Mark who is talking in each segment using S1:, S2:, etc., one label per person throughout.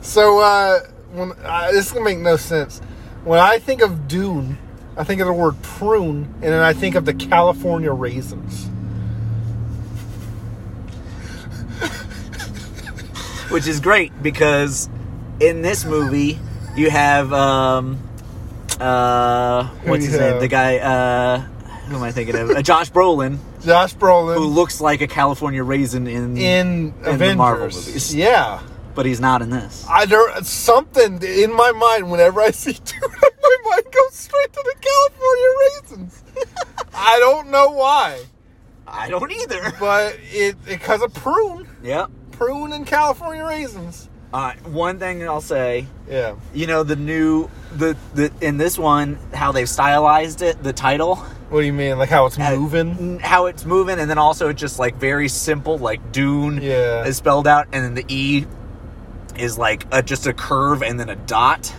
S1: So uh, when uh, this is gonna make no sense. When I think of Dune, I think of the word prune, and then I think of the California raisins.
S2: which is great because in this movie you have um uh what's his
S1: Yeah.
S2: name the guy uh who am I thinking of uh, Josh Brolin
S1: Josh Brolin
S2: who looks like a California raisin in
S1: in
S2: the
S1: Avengers.
S2: Marvel movies.
S1: Yeah,
S2: but he's not in this
S1: I there something in my mind whenever I see Dune, my mind goes straight to the California raisins. I don't know why,
S2: I don't either
S1: but it because of prune,
S2: yep
S1: prune and California raisins.
S2: all right one thing I'll say
S1: Yeah.
S2: you know the new the, the in this one how they've stylized it the title
S1: What do you mean? Like how it's
S2: at-
S1: moving?
S2: n- how it's moving, and then also it's just like very simple, like Dune
S1: Yeah.
S2: is spelled out, and then the E is like a, just a curve and then a dot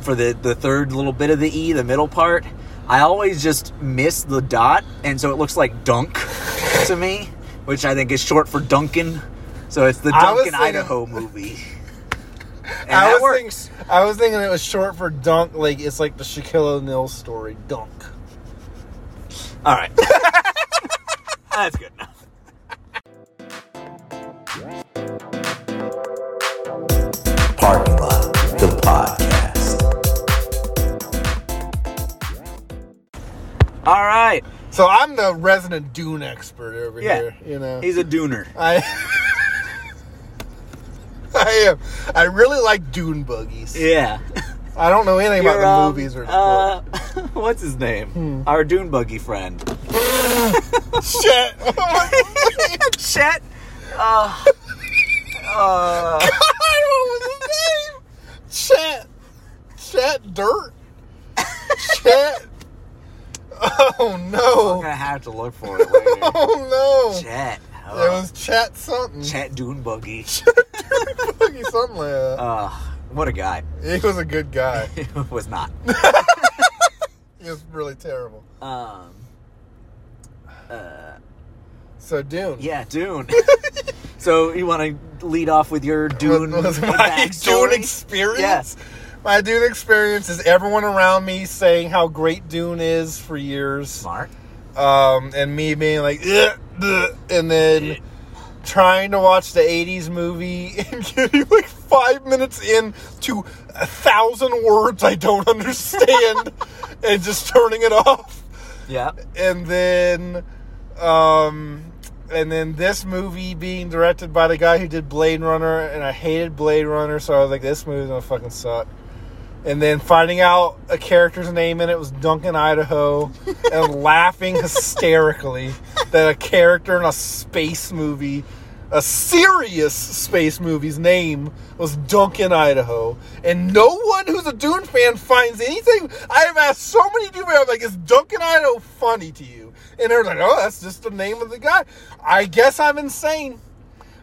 S2: for the the third little bit of the E, the middle part. I always just miss the dot, and so it looks like dunk to me, which I think is short for Duncan. So it's the
S1: I was
S2: Duncan
S1: thinking-
S2: Idaho movie. And
S1: I
S2: that
S1: was
S2: works.
S1: thinking I was thinking it was short for dunk. Like it's like the Shaquille O'Neal story, dunk.
S2: All right. That's good enough.
S3: Parking Lot, the podcast.
S2: All right.
S1: So I'm the resident Dune expert over
S2: Yeah.
S1: here. You know,
S2: He's a dooner.
S1: I. I am. I really like Dune buggies.
S2: Yeah.
S1: I don't know anything about
S2: Your,
S1: the
S2: um,
S1: movies or Hmm. the
S2: uh, what's his name? Our Dune buggy friend,
S1: book. shit. Oh my
S2: Chet. Uh,
S1: god! What was his name? Chet. Chet Dirt. Chet. Oh
S2: I'm
S1: no!
S2: gonna have to look for it later.
S1: Oh no!
S2: Chet.
S1: It
S2: Uh,
S1: was Chet something.
S2: Chet Dune buggy.
S1: Boogie, something like that.
S2: Uh, what a guy.
S1: he was a good guy.
S2: It was not.
S1: He was really terrible.
S2: Um,
S1: So Dune.
S2: yeah, Dune. so you want to lead off with your Dune
S1: What was my
S2: backstory?
S1: Dune experience?
S2: Yes.
S1: My Dune experience is everyone around me saying how great Dune is for years,
S2: Smart.
S1: um, and me being like, "Ugh, ugh," and then trying to watch the '80s movie and getting like five minutes in to a thousand words I don't understand, and just turning it off.
S2: Yeah.
S1: and then um and then this movie being directed by the guy who did Blade Runner and I hated Blade Runner so I was like this movie's gonna fucking suck. And then finding out a character's name in it was Duncan Idaho and laughing hysterically that a character in a space movie a serious space movie's name was Duncan Idaho, and no one who's a Dune fan finds anything. I have asked so many Dune fans, I'm like, "Is Duncan Idaho funny to you?" And they're like, "Oh, that's just the name of the guy." I guess I'm insane,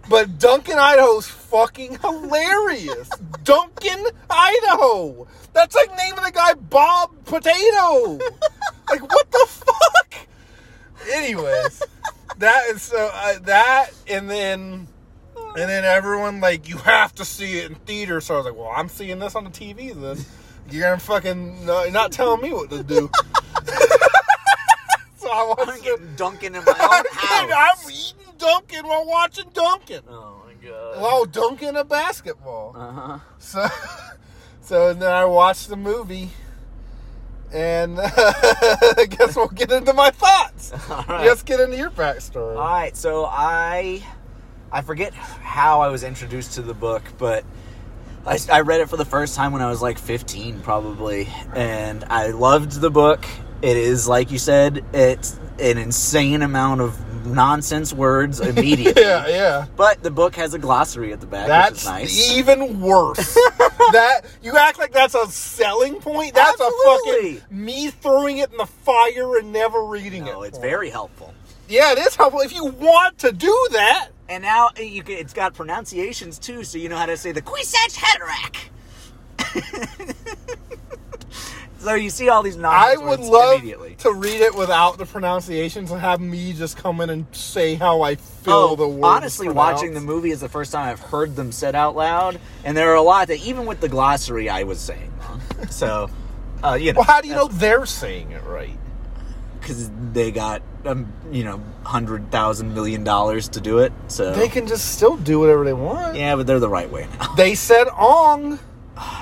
S1: but Duncan Idaho's fucking hilarious. Duncan Idaho. That's like naming the guy Bob Potato. like, what the fuck? Anyways, that is so uh, that, and then and then everyone like you have to see it in theater. So I was like, well, I'm seeing this on the TV. Then you're gonna fucking no, you're not telling me what to do. so I
S2: I'm
S1: watched it.
S2: getting Duncan in my own house.
S1: I'm eating Dunkin' while watching Dunkin'.
S2: Oh my god.
S1: While dunking a basketball.
S2: Uh huh.
S1: So, so then I watched the movie, and I guess we'll get into my thoughts.
S2: Alright.
S1: Let's get into your backstory.
S2: All right, so I I forget how I was introduced to the book, but I, I read it for the first time when I was like 15, probably, and I loved the book. It is like you said, it's an insane amount of nonsense words immediately.
S1: yeah, yeah.
S2: But the book has a glossary at the back, which
S1: That's
S2: is nice.
S1: even worse. that you act like that's a selling point. That's a
S2: Absolutely.
S1: fucking me throwing it in the fire and never reading it.
S2: no, it's
S1: point.
S2: very helpful.
S1: yeah. It is helpful if you want to do that.
S2: And now uh, you can, it's got pronunciations too, so you know how to say the Quisach Haderach. So you see all these
S1: I
S2: nonsense
S1: would
S2: words
S1: love
S2: immediately.
S1: to read it without the pronunciations and have me just come in and say how I feel
S2: Oh,
S1: the words.
S2: honestly, watching the
S1: pronounced.
S2: movie is the first time I've heard them said out loud, and there are a lot that even with the glossary I was saying wrong. So, uh, you know,
S1: Well, how do you know they're saying it right?
S2: because they got um, you know hundred thousand million dollars to do it. So
S1: They can just still do whatever they want.
S2: Oh. yeah, but they're the right way now.
S1: They said "ong."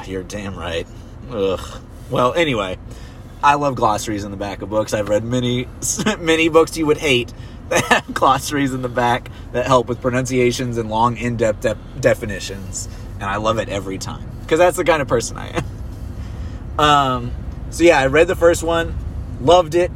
S2: You're damn right. Ugh. Well, anyway, I love glossaries in the back of books. I've read many many books you would hate that have glossaries in the back that help with pronunciations and long in-depth de- definitions, and I love it every time because that's the kind of person I am. Um, so yeah, I read the first one, loved it.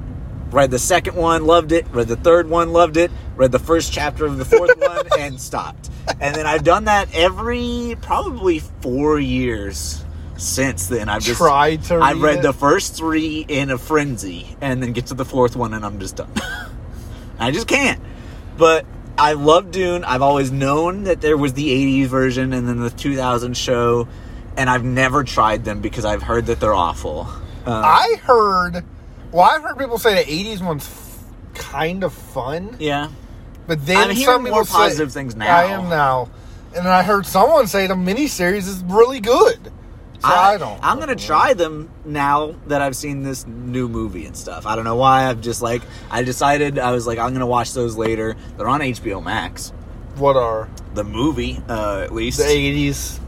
S2: Read the second one, loved it. Read the third one, loved it. Read the first chapter of the fourth one, and stopped. And then I've done that every probably four years since then. I've just
S1: Tried to
S2: I
S1: read
S2: read
S1: it?
S2: the first three in a frenzy, and then get to the fourth one, and I'm just done. I just can't. But I love Dune. I've always known that there was the 80s version and then the 2000 show, and I've never tried them because I've heard that they're awful. Um,
S1: I heard. Well, I've heard people say the '80s one's f- kind of fun,
S2: yeah.
S1: but then
S2: I'm hearing
S1: some people
S2: more
S1: say-
S2: positive things now.
S1: I am now, and then I heard someone say the miniseries is really good. So I, don't.
S2: I'm gonna
S1: fucking know.
S2: try them now that I've seen this new movie and stuff. I don't know why. I've just like I decided I was like I'm gonna watch those later. They're on HBO Max.
S1: What are
S2: The movie, uh, at least.
S1: the '80s?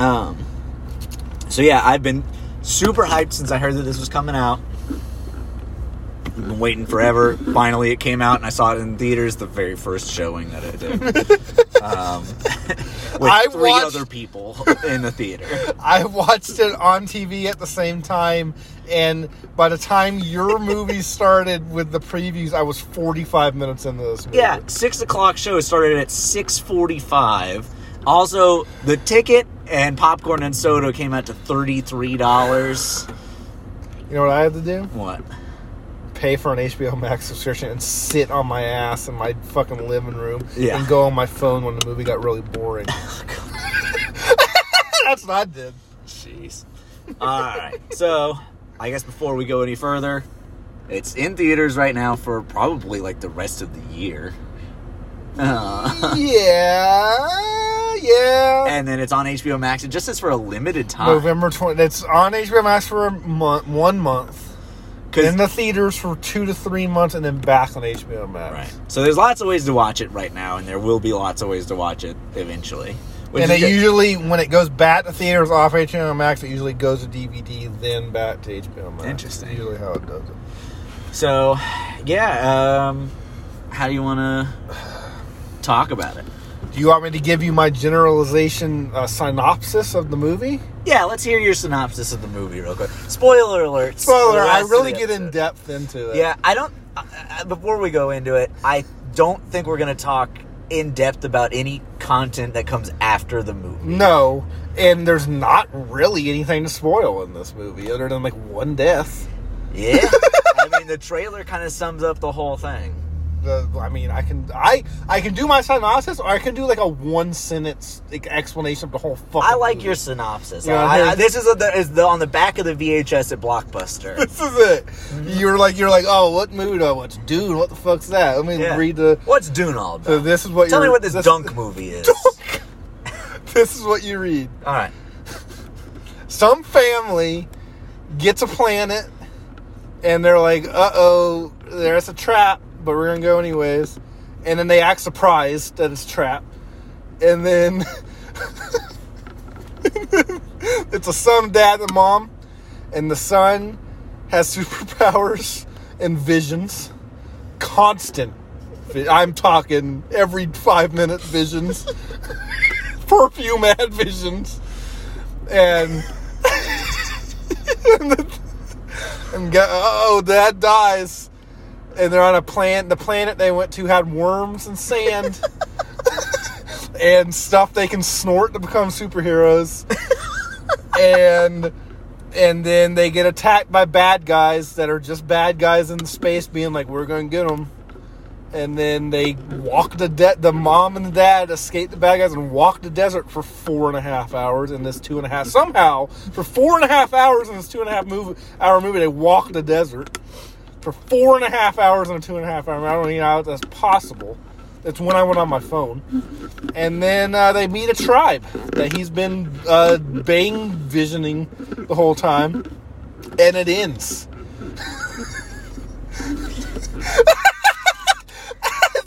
S2: Um, so yeah, I've been super hyped since I heard that this was coming out. I've been waiting forever. Finally, it came out, and I saw it in theaters. The very first showing that it did, um, with
S1: I
S2: three
S1: watched-
S2: other people in the theater.
S1: I watched it on TV at the same time, and by the time your movie started with the previews, I was 45 minutes into this movie.
S2: Yeah, six o'clock show started at six forty-five. Also, the ticket and popcorn and soda came out to thirty-three dollars.
S1: You know what I had to do?
S2: What?
S1: Pay for an HBO Max subscription and sit on my ass in my fucking living room
S2: Yeah. Oh,
S1: and go on my phone when the movie got really boring. That's what I did.
S2: Jeez. All right. So, I guess before we go any further, it's in theaters right now for probably like the rest of the year. Uh,
S1: Yeah, yeah.
S2: and uh, then it's on HBO Max. It just is for a limited time.
S1: November 20. It's on HBO Max for a month, one month.
S2: 'Cause-
S1: in the theaters for two to three months, and then back on HBO Max.
S2: right. So there's lots of ways to watch it right now, and there will be lots of ways to watch it eventually. Which
S1: and
S2: is
S1: it
S2: good.
S1: usually, when it goes back to theaters off HBO Max, it usually goes to DVD, then back to HBO Max.
S2: Interesting.
S1: Usually, how it does it.
S2: so, yeah. Um, how do you want to talk about it?
S1: Do you want me to give you my generalization uh, synopsis of the movie?
S2: Yeah, let's hear your synopsis of the movie real quick. Spoiler alert. for the
S1: Spoiler: I
S2: rest of
S1: really
S2: the
S1: get in
S2: episode.
S1: depth into it.
S2: Yeah, I don't. I- I- Before we go into it, I don't think we're going to talk in depth about any content that comes after the movie.
S1: No, and there's not really anything to spoil in this movie other than like one death.
S2: Yeah, I mean the trailer kind of sums up the whole thing.
S1: the I mean I can I I can do my synopsis or I can do like a one sentence like, explanation of the whole fucking
S2: I like
S1: movie.
S2: your synopsis.
S1: Yeah,
S2: I- I-
S1: there's-
S2: this is, a, the, is the, on the back of the VHS at Blockbuster.
S1: this is it. You're like you're like oh what mood oh what's dude what the fuck's that let me
S2: Yeah.
S1: read the
S2: What's Dune all about?
S1: so this is what
S2: Tell
S1: you
S2: me what this,
S1: this,
S2: Dunk movie is.
S1: this is what you read
S2: All right.
S1: some family gets a planet and they're like uh oh there's a trap but we're gonna go anyways and then they act surprised that it's trapped and then it's a son, dad, and mom, and the son has superpowers and visions, constant. vi- I'm talking every five minute visions, perfume ad visions, and and go, oh, dad dies, and they're on a planet. The planet they went to had worms and sand and stuff they can snort to become superheroes. and and then they get attacked by bad guys that are just bad guys in space being like we're going to get them. and then they walk the de- the mom and the dad escape the bad guys and walk the desert for four and a half hours in this two and a half somehow for four and a half hours in this two and a half movie hour movie they walk the desert for four and a half hours in a two and a half hour. I don't even know how that's possible. That's when I went on my phone, and then uh, they meet a tribe that he's been uh, bang visioning the whole time, and it ends.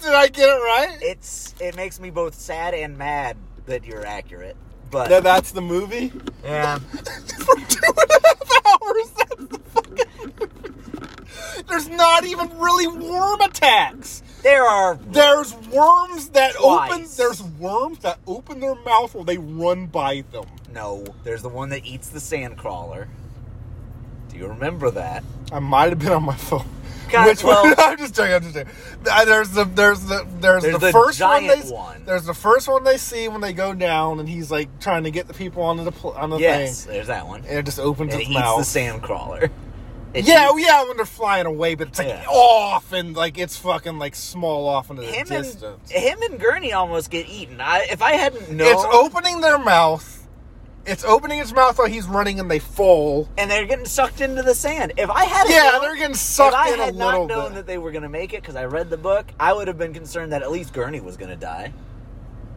S1: Did I get it right?
S2: It's it makes me both sad and mad that you're accurate. But
S1: That that's the movie.
S2: yeah,
S1: For two and a half hours, that's the fucking. There's not even really worm attacks.
S2: there are
S1: There's worms that open.
S2: Twice.
S1: There's worms that open their mouth while they run by them.
S2: no. There's the one that eats the sand crawler. Do you remember that?
S1: I might have been on my phone.
S2: God,
S1: Which one?
S2: well-
S1: I'm just joking. I'm just joking. Uh, There's the there's the there's,
S2: There's
S1: the,
S2: the
S1: first one. They,
S2: giant one.
S1: There's the first one they see when they go down, and he's like trying to get the people onto the pl- on the
S2: Yes,
S1: thing,
S2: there's that one.
S1: and it just opens
S2: And it
S1: its
S2: eats the
S1: mouth.
S2: sand crawler. It
S1: yeah,
S2: eats-
S1: oh, yeah, when they're flying away, but it's like
S2: Yeah.
S1: off and like it's fucking like small off into the
S2: him and
S1: distance.
S2: him and Gurney almost get eaten. I, if I hadn't known,
S1: It's opening their mouth. It's opening its mouth while he's running, and they fall.
S2: and they're getting sucked into the sand. If I hadn't,
S1: Yeah,
S2: known,
S1: they're getting sucked
S2: if I
S1: in a
S2: had
S1: little
S2: not known
S1: bit.
S2: that they were going to make it because I read the book, I would have been concerned that at least Gurney was going to die.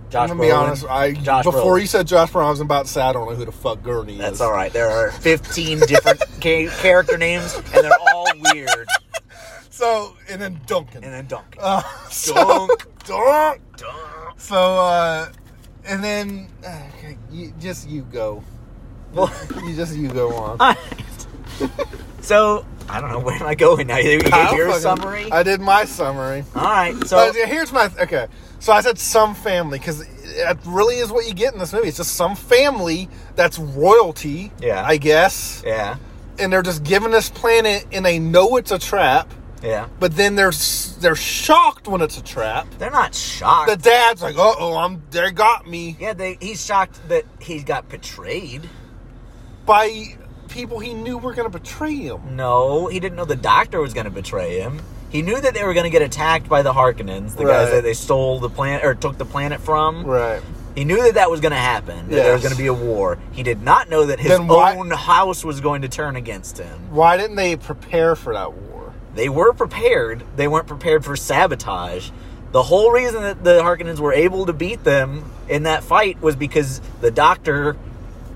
S1: I'm
S2: Josh,
S1: gonna be
S2: Brolin.
S1: honest. I
S2: Josh
S1: before
S2: Brolin.
S1: you said Josh Brolin, I was about to say I don't know who the fuck Gurney
S2: That's
S1: is.
S2: all right. There are 15 different ca- character names, and they're all weird.
S1: So and then Duncan.
S2: And then Duncan.
S1: uh, so,
S2: Dunk.
S1: Dunk.
S2: Dun-
S1: So uh, and then uh, okay, you, just you go.
S2: Well-
S1: you just you go on.
S2: Uh, so I don't know where am I going now. You, you
S1: I
S2: gave
S1: don't
S2: your
S1: fucking-
S2: summary.
S1: I did my summary.
S2: all right.
S1: So
S2: So
S1: here's my okay. So I said some family because that really is what you get in this movie. It's just some family that's royalty.
S2: Yeah.
S1: I guess.
S2: yeah,
S1: and they're just giving this planet and they know it's a trap
S2: yeah.
S1: but then they're s- they're shocked when it's a trap
S2: They're not shocked.
S1: the dad's like uh-oh i'm they got me
S2: yeah, they, he's shocked that he got betrayed.
S1: by people he knew were gonna betray him
S2: No, he didn't know the doctor was going to betray him. He knew that they were going to get attacked by the Harkonnens, the guys
S1: Right.
S2: that they stole the planet or took the planet from.
S1: right
S2: He knew that that was going to happen. That there was
S1: Yes.
S2: going to be a war. He did not know that his
S1: Then why-
S2: own house was going to turn against him.
S1: why didn't they prepare for that war
S2: They were prepared. They weren't prepared for sabotage. The whole reason that the Harkonnens were able to beat them in that fight was because the Doctor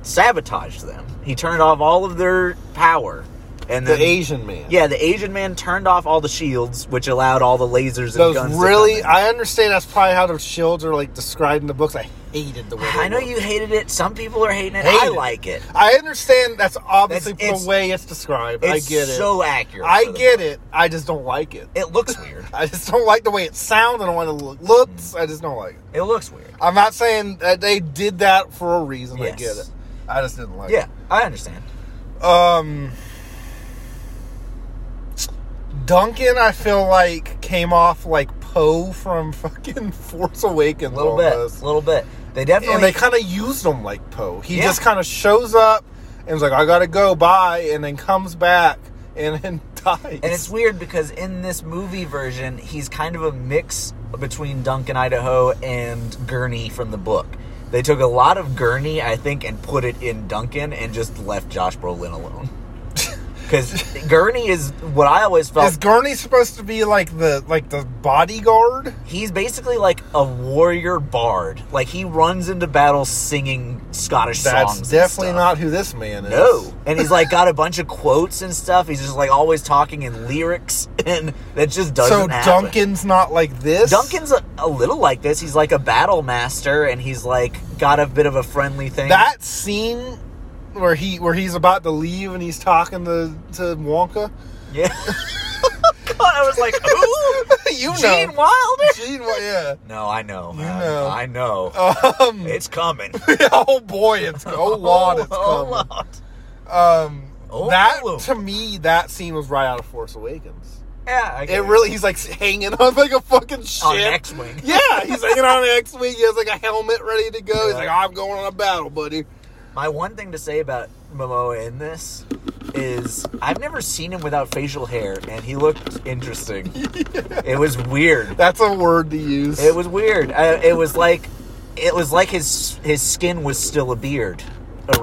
S2: sabotaged them. He turned off all of their power, and
S1: the
S2: then-
S1: asian man
S2: yeah, the Asian man turned off all the shields, which allowed all the lasers and
S1: those
S2: guns.
S1: really
S2: to come
S1: i understand that's probably how the shields are like described in the books i hated the way
S2: in.
S1: they
S2: I know
S1: looked.
S2: you hated it. Some people are hating it.
S1: Hate
S2: I
S1: it.
S2: like it.
S1: i understand that's obviously
S2: That's- it's-
S1: the way it's described
S2: It's
S1: i get it
S2: so accurate.
S1: i
S2: for the
S1: get
S2: book.
S1: it i just don't like it
S2: It looks weird.
S1: I just don't like the way it sounds. I don't want to look looks. I just don't like it.
S2: It looks weird.
S1: I'm not saying that they did that for a reason. I
S2: Yes.
S1: get it. I just didn't like
S2: Yeah, I understand.
S1: it. Um Duncan, I feel like came off like Poe from fucking Force Awakens
S2: A little bit.
S1: almost.
S2: A little bit. They definitely.
S1: And they kind of used him like Poe. He
S2: Yeah.
S1: just kind of shows up and is like, "I gotta go, bye," and then comes back and then dies.
S2: And it's weird because in this movie version, he's kind of a mix between Duncan Idaho and Gurney from the book. They took a lot of Gurney, I think, and put it in Duncan and just left Josh Brolin alone. Because Gurney is what I always felt.
S1: is Gurney supposed to be like the like the bodyguard?
S2: he's basically like a warrior bard. Like he runs into battle singing Scottish
S1: That's
S2: songs. and
S1: definitely
S2: stuff.
S1: not who this man is.
S2: No. And he's like got a bunch of quotes and stuff. He's just like always talking in lyrics, and that just doesn't
S1: So
S2: happen.
S1: Duncan's not like this.
S2: Duncan's a, a little like this. He's like a battle master, and he's like got a bit of a friendly thing.
S1: that scene where he where he's about to leave and he's talking to to Wonka.
S2: yeah. God, I was like, ooh,
S1: you
S2: Gene
S1: know,
S2: Wilder.
S1: Gene, Wi- yeah.
S2: No, I know, man.
S1: know.
S2: I know.
S1: Um,
S2: it's coming.
S1: oh boy, it's oh lord, it's
S2: Oh,
S1: coming.
S2: Lord.
S1: Um,
S2: Oh,
S1: that
S2: Lord.
S1: to me, that scene was right out of Force Awakens.
S2: Yeah, I get
S1: It really, he's like hanging on like a fucking ship.
S2: on an X-wing.
S1: Yeah, he's hanging on an X-wing. He has like a helmet ready to go. He's like, "I'm going on a battle, buddy."
S2: My one thing to say about Momoa in this is I've never seen him without facial hair, and he looked interesting. It was weird.
S1: That's a word to use.
S2: It was weird. I, it was like it was like his his skin was still a beard
S1: Hmm.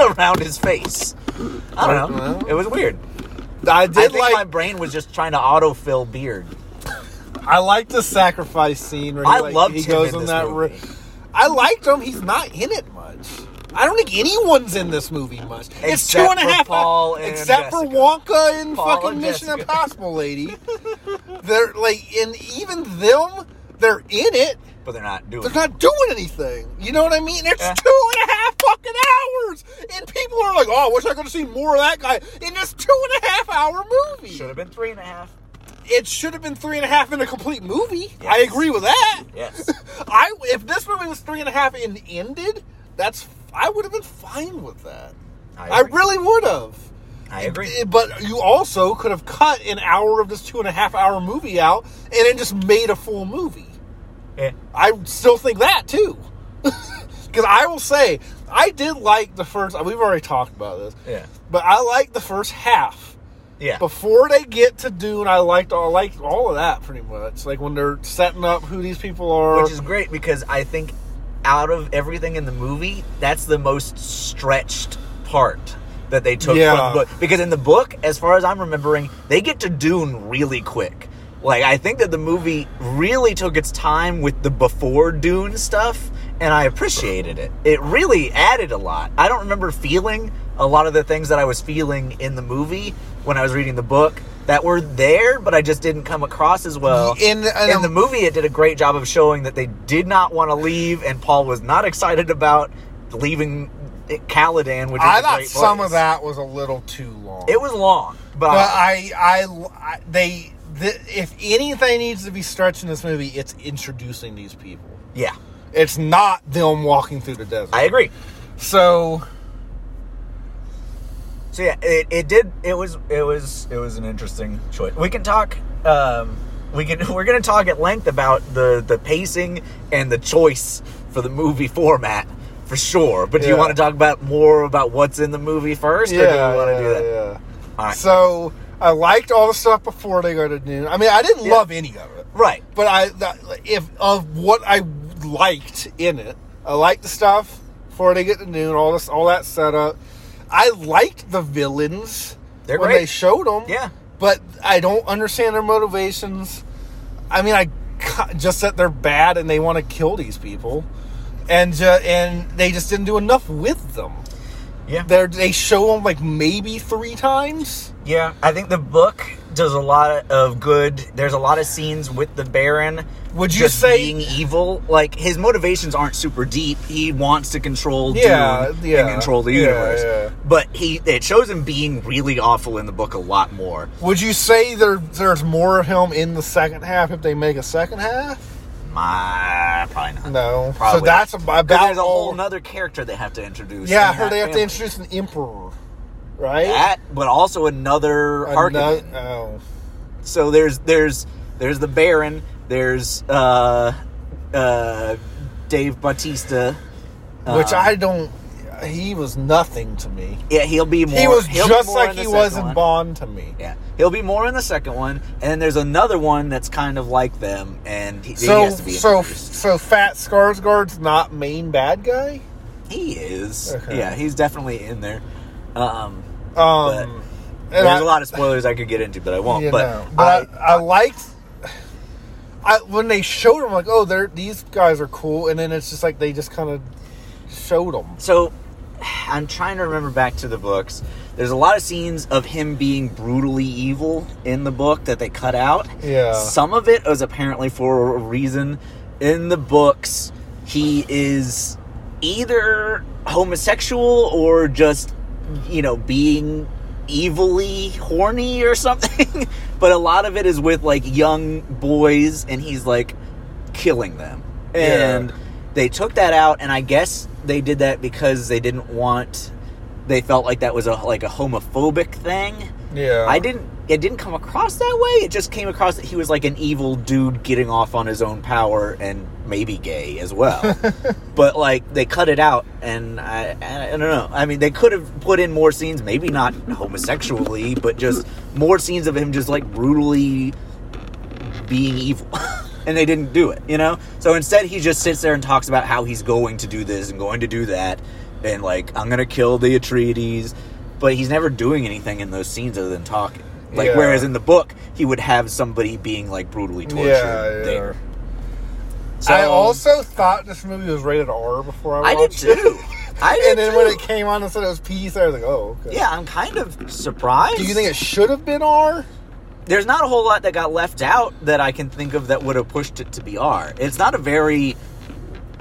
S2: around around his face. I don't know. It was weird.
S1: I
S2: I
S1: did
S2: think my
S1: like.
S2: brain was just trying to autofill beard.
S1: I liked the sacrifice scene. Where he,
S2: I
S1: like,
S2: loved
S1: he
S2: him
S1: goes
S2: in
S1: on
S2: this
S1: that.
S2: movie.
S1: ri- I liked him. He's not in it much. I don't think anyone's in this movie much. it's two
S2: Except
S1: and a
S2: for
S1: half.
S2: Paul and
S1: except for
S2: Jessica.
S1: Wonka and
S2: Paul
S1: fucking
S2: and
S1: Mission
S2: Jessica.
S1: Impossible, lady. they're like, and even them, they're in it.
S2: But they're not doing
S1: They're
S2: it.
S1: not doing anything. You know what I mean? It's
S2: Yeah.
S1: two and a half fucking hours, and people are like, "Oh, I wish I could have seen more of that guy." In this two and a half hour movie,
S2: Should have been three and a half.
S1: it should have been three and a half in a complete movie.
S2: Yes.
S1: I agree with that.
S2: Yes.
S1: I if this movie was three and a half and ended, that's I would have been fine with that.
S2: I
S1: I
S2: agree.
S1: really would have.
S2: I agree.
S1: Eh, But you also could have cut an hour of this two and a half hour movie out and then just made a full movie.
S2: Yeah.
S1: I still think that too. Because I will say, I did like the first. We've already talked about this.
S2: Yeah.
S1: But I like the first half.
S2: Yeah.
S1: Before they get to Dune, I liked all liked all of that pretty much. Like when they're setting up who these people are.
S2: Which is great because I think out of everything in the movie, that's the most stretched part that they took
S1: Yeah.
S2: from the book. Because in the book, as far as I'm remembering, they get to Dune really quick. Like I think that the movie really took its time with the before Dune stuff, and I appreciated it. It really added a lot. I don't remember feeling a lot of the things that I was feeling in the movie when I was reading the book that were there, but I just didn't come across as well
S1: in, in,
S2: in the movie it did a great job of showing that they did not want to leave and paul was not excited about leaving caladan which is
S1: I
S2: a
S1: thought
S2: great
S1: some
S2: place.
S1: of that was a little too long.
S2: it was uh, long but,
S1: but uh, I, I, I they, the, if anything needs to be stretched in this movie, it's introducing these people.
S2: yeah
S1: It's not them walking through the desert.
S2: i agree
S1: so
S2: so yeah it, it did it was it was it was an interesting choice we can talk um we can we're gonna talk at length about the the pacing and the choice for the movie format for sure but do you
S1: Yeah.
S2: want to talk about more about what's in the movie first or do you want to do that
S1: Yeah.
S2: all right
S1: So I liked all the stuff before they go to noon. I mean, I didn't
S2: Yeah.
S1: love any of it,
S2: right
S1: but I the- if of what I liked in it, I liked the stuff before they get to noon. All this, all that setup. I liked the villains
S2: They're
S1: when
S2: great.
S1: they showed them.
S2: Yeah.
S1: but I don't understand their motivations. I mean, I ca- just that they're bad and they want to kill these people, and ju- and they just didn't do enough with them.
S2: yeah
S1: They're, they show them like maybe three times.
S2: Yeah, I think the book does a lot of good. There's a lot of scenes with the Baron.
S1: Would you
S2: just
S1: say-
S2: being evil? Like his motivations aren't super deep. He wants to control,
S1: Yeah,
S2: Dune
S1: yeah,
S2: and control the
S1: yeah,
S2: universe.
S1: yeah.
S2: But he it shows him being really awful in the book a lot more.
S1: Would you say there there's more of him in the second half if they make a second half?
S2: My probably not.
S1: No.
S2: Probably
S1: So that's
S2: not.
S1: about
S2: 'Cause there's a
S1: all-
S2: whole nother character they have to introduce.
S1: Yeah, I
S2: in
S1: heard
S2: that
S1: they have to
S2: family.
S1: introduce an emperor, right?
S2: that, but also another Harkonnen.
S1: Ano- oh.
S2: So there's there's there's the Baron, there's uh uh Dave Bautista. Uh-huh.
S1: Which I don't. He was nothing to me.
S2: Yeah, he'll be more.
S1: He was
S2: he'll be
S1: just
S2: more
S1: like
S2: in the
S1: he
S2: second
S1: was in
S2: one.
S1: Bond to me.
S2: Yeah, he'll be more in the second one, and then there's another one that's kind of like them, and he, he
S1: So
S2: has to be.
S1: so
S2: introduced.
S1: so Fat Skarsgård's not main bad guy.
S2: he is.
S1: Okay.
S2: Yeah, he's definitely in there. Um,
S1: Um, and
S2: there's
S1: I-
S2: a lot of spoilers I could get into, but I won't.
S1: You
S2: but
S1: know, but I, I liked I when they showed them like, oh, they're these guys are cool, and then it's just like they just kind of showed them.
S2: so I'm trying to remember back to the books. There's a lot of scenes of him being brutally evil in the book that they cut out.
S1: Yeah.
S2: Some of it was apparently for a reason. In the books, he is either homosexual or just, you know, being evilly horny or something. but a lot of it is with like young boys and he's like killing them.
S1: Yeah.
S2: And they took that out and i guess they did that because they didn't want they felt like that was a like a homophobic thing
S1: Yeah.
S2: I didn't. It didn't come across that way. It just came across that he was like an evil dude getting off on his own power and maybe gay as well. but like they cut it out, and I, I don't know. I mean, they could have put in more scenes, maybe not homosexually, but just more scenes of him just like brutally being evil. and they didn't do it, you know? So instead, he just sits there and talks about how he's going to do this and going to do that. And, like, I'm going to kill the Atreides. But he's never doing anything in those scenes other than talking. Like,
S1: Yeah.
S2: whereas in the book, he would have somebody being, like, brutally
S1: Yeah,
S2: tortured
S1: yeah.
S2: there. So, um,
S1: I also thought this movie was rated R before I
S2: I did
S1: watched it.
S2: too. I did
S1: and then when
S2: too.
S1: it came on and said it was PC, I was like, oh, okay.
S2: Yeah, I'm kind of surprised.
S1: Do you think it should have been R?
S2: there's not a whole lot that got left out that I can think of that would have pushed it to be R. It's not a very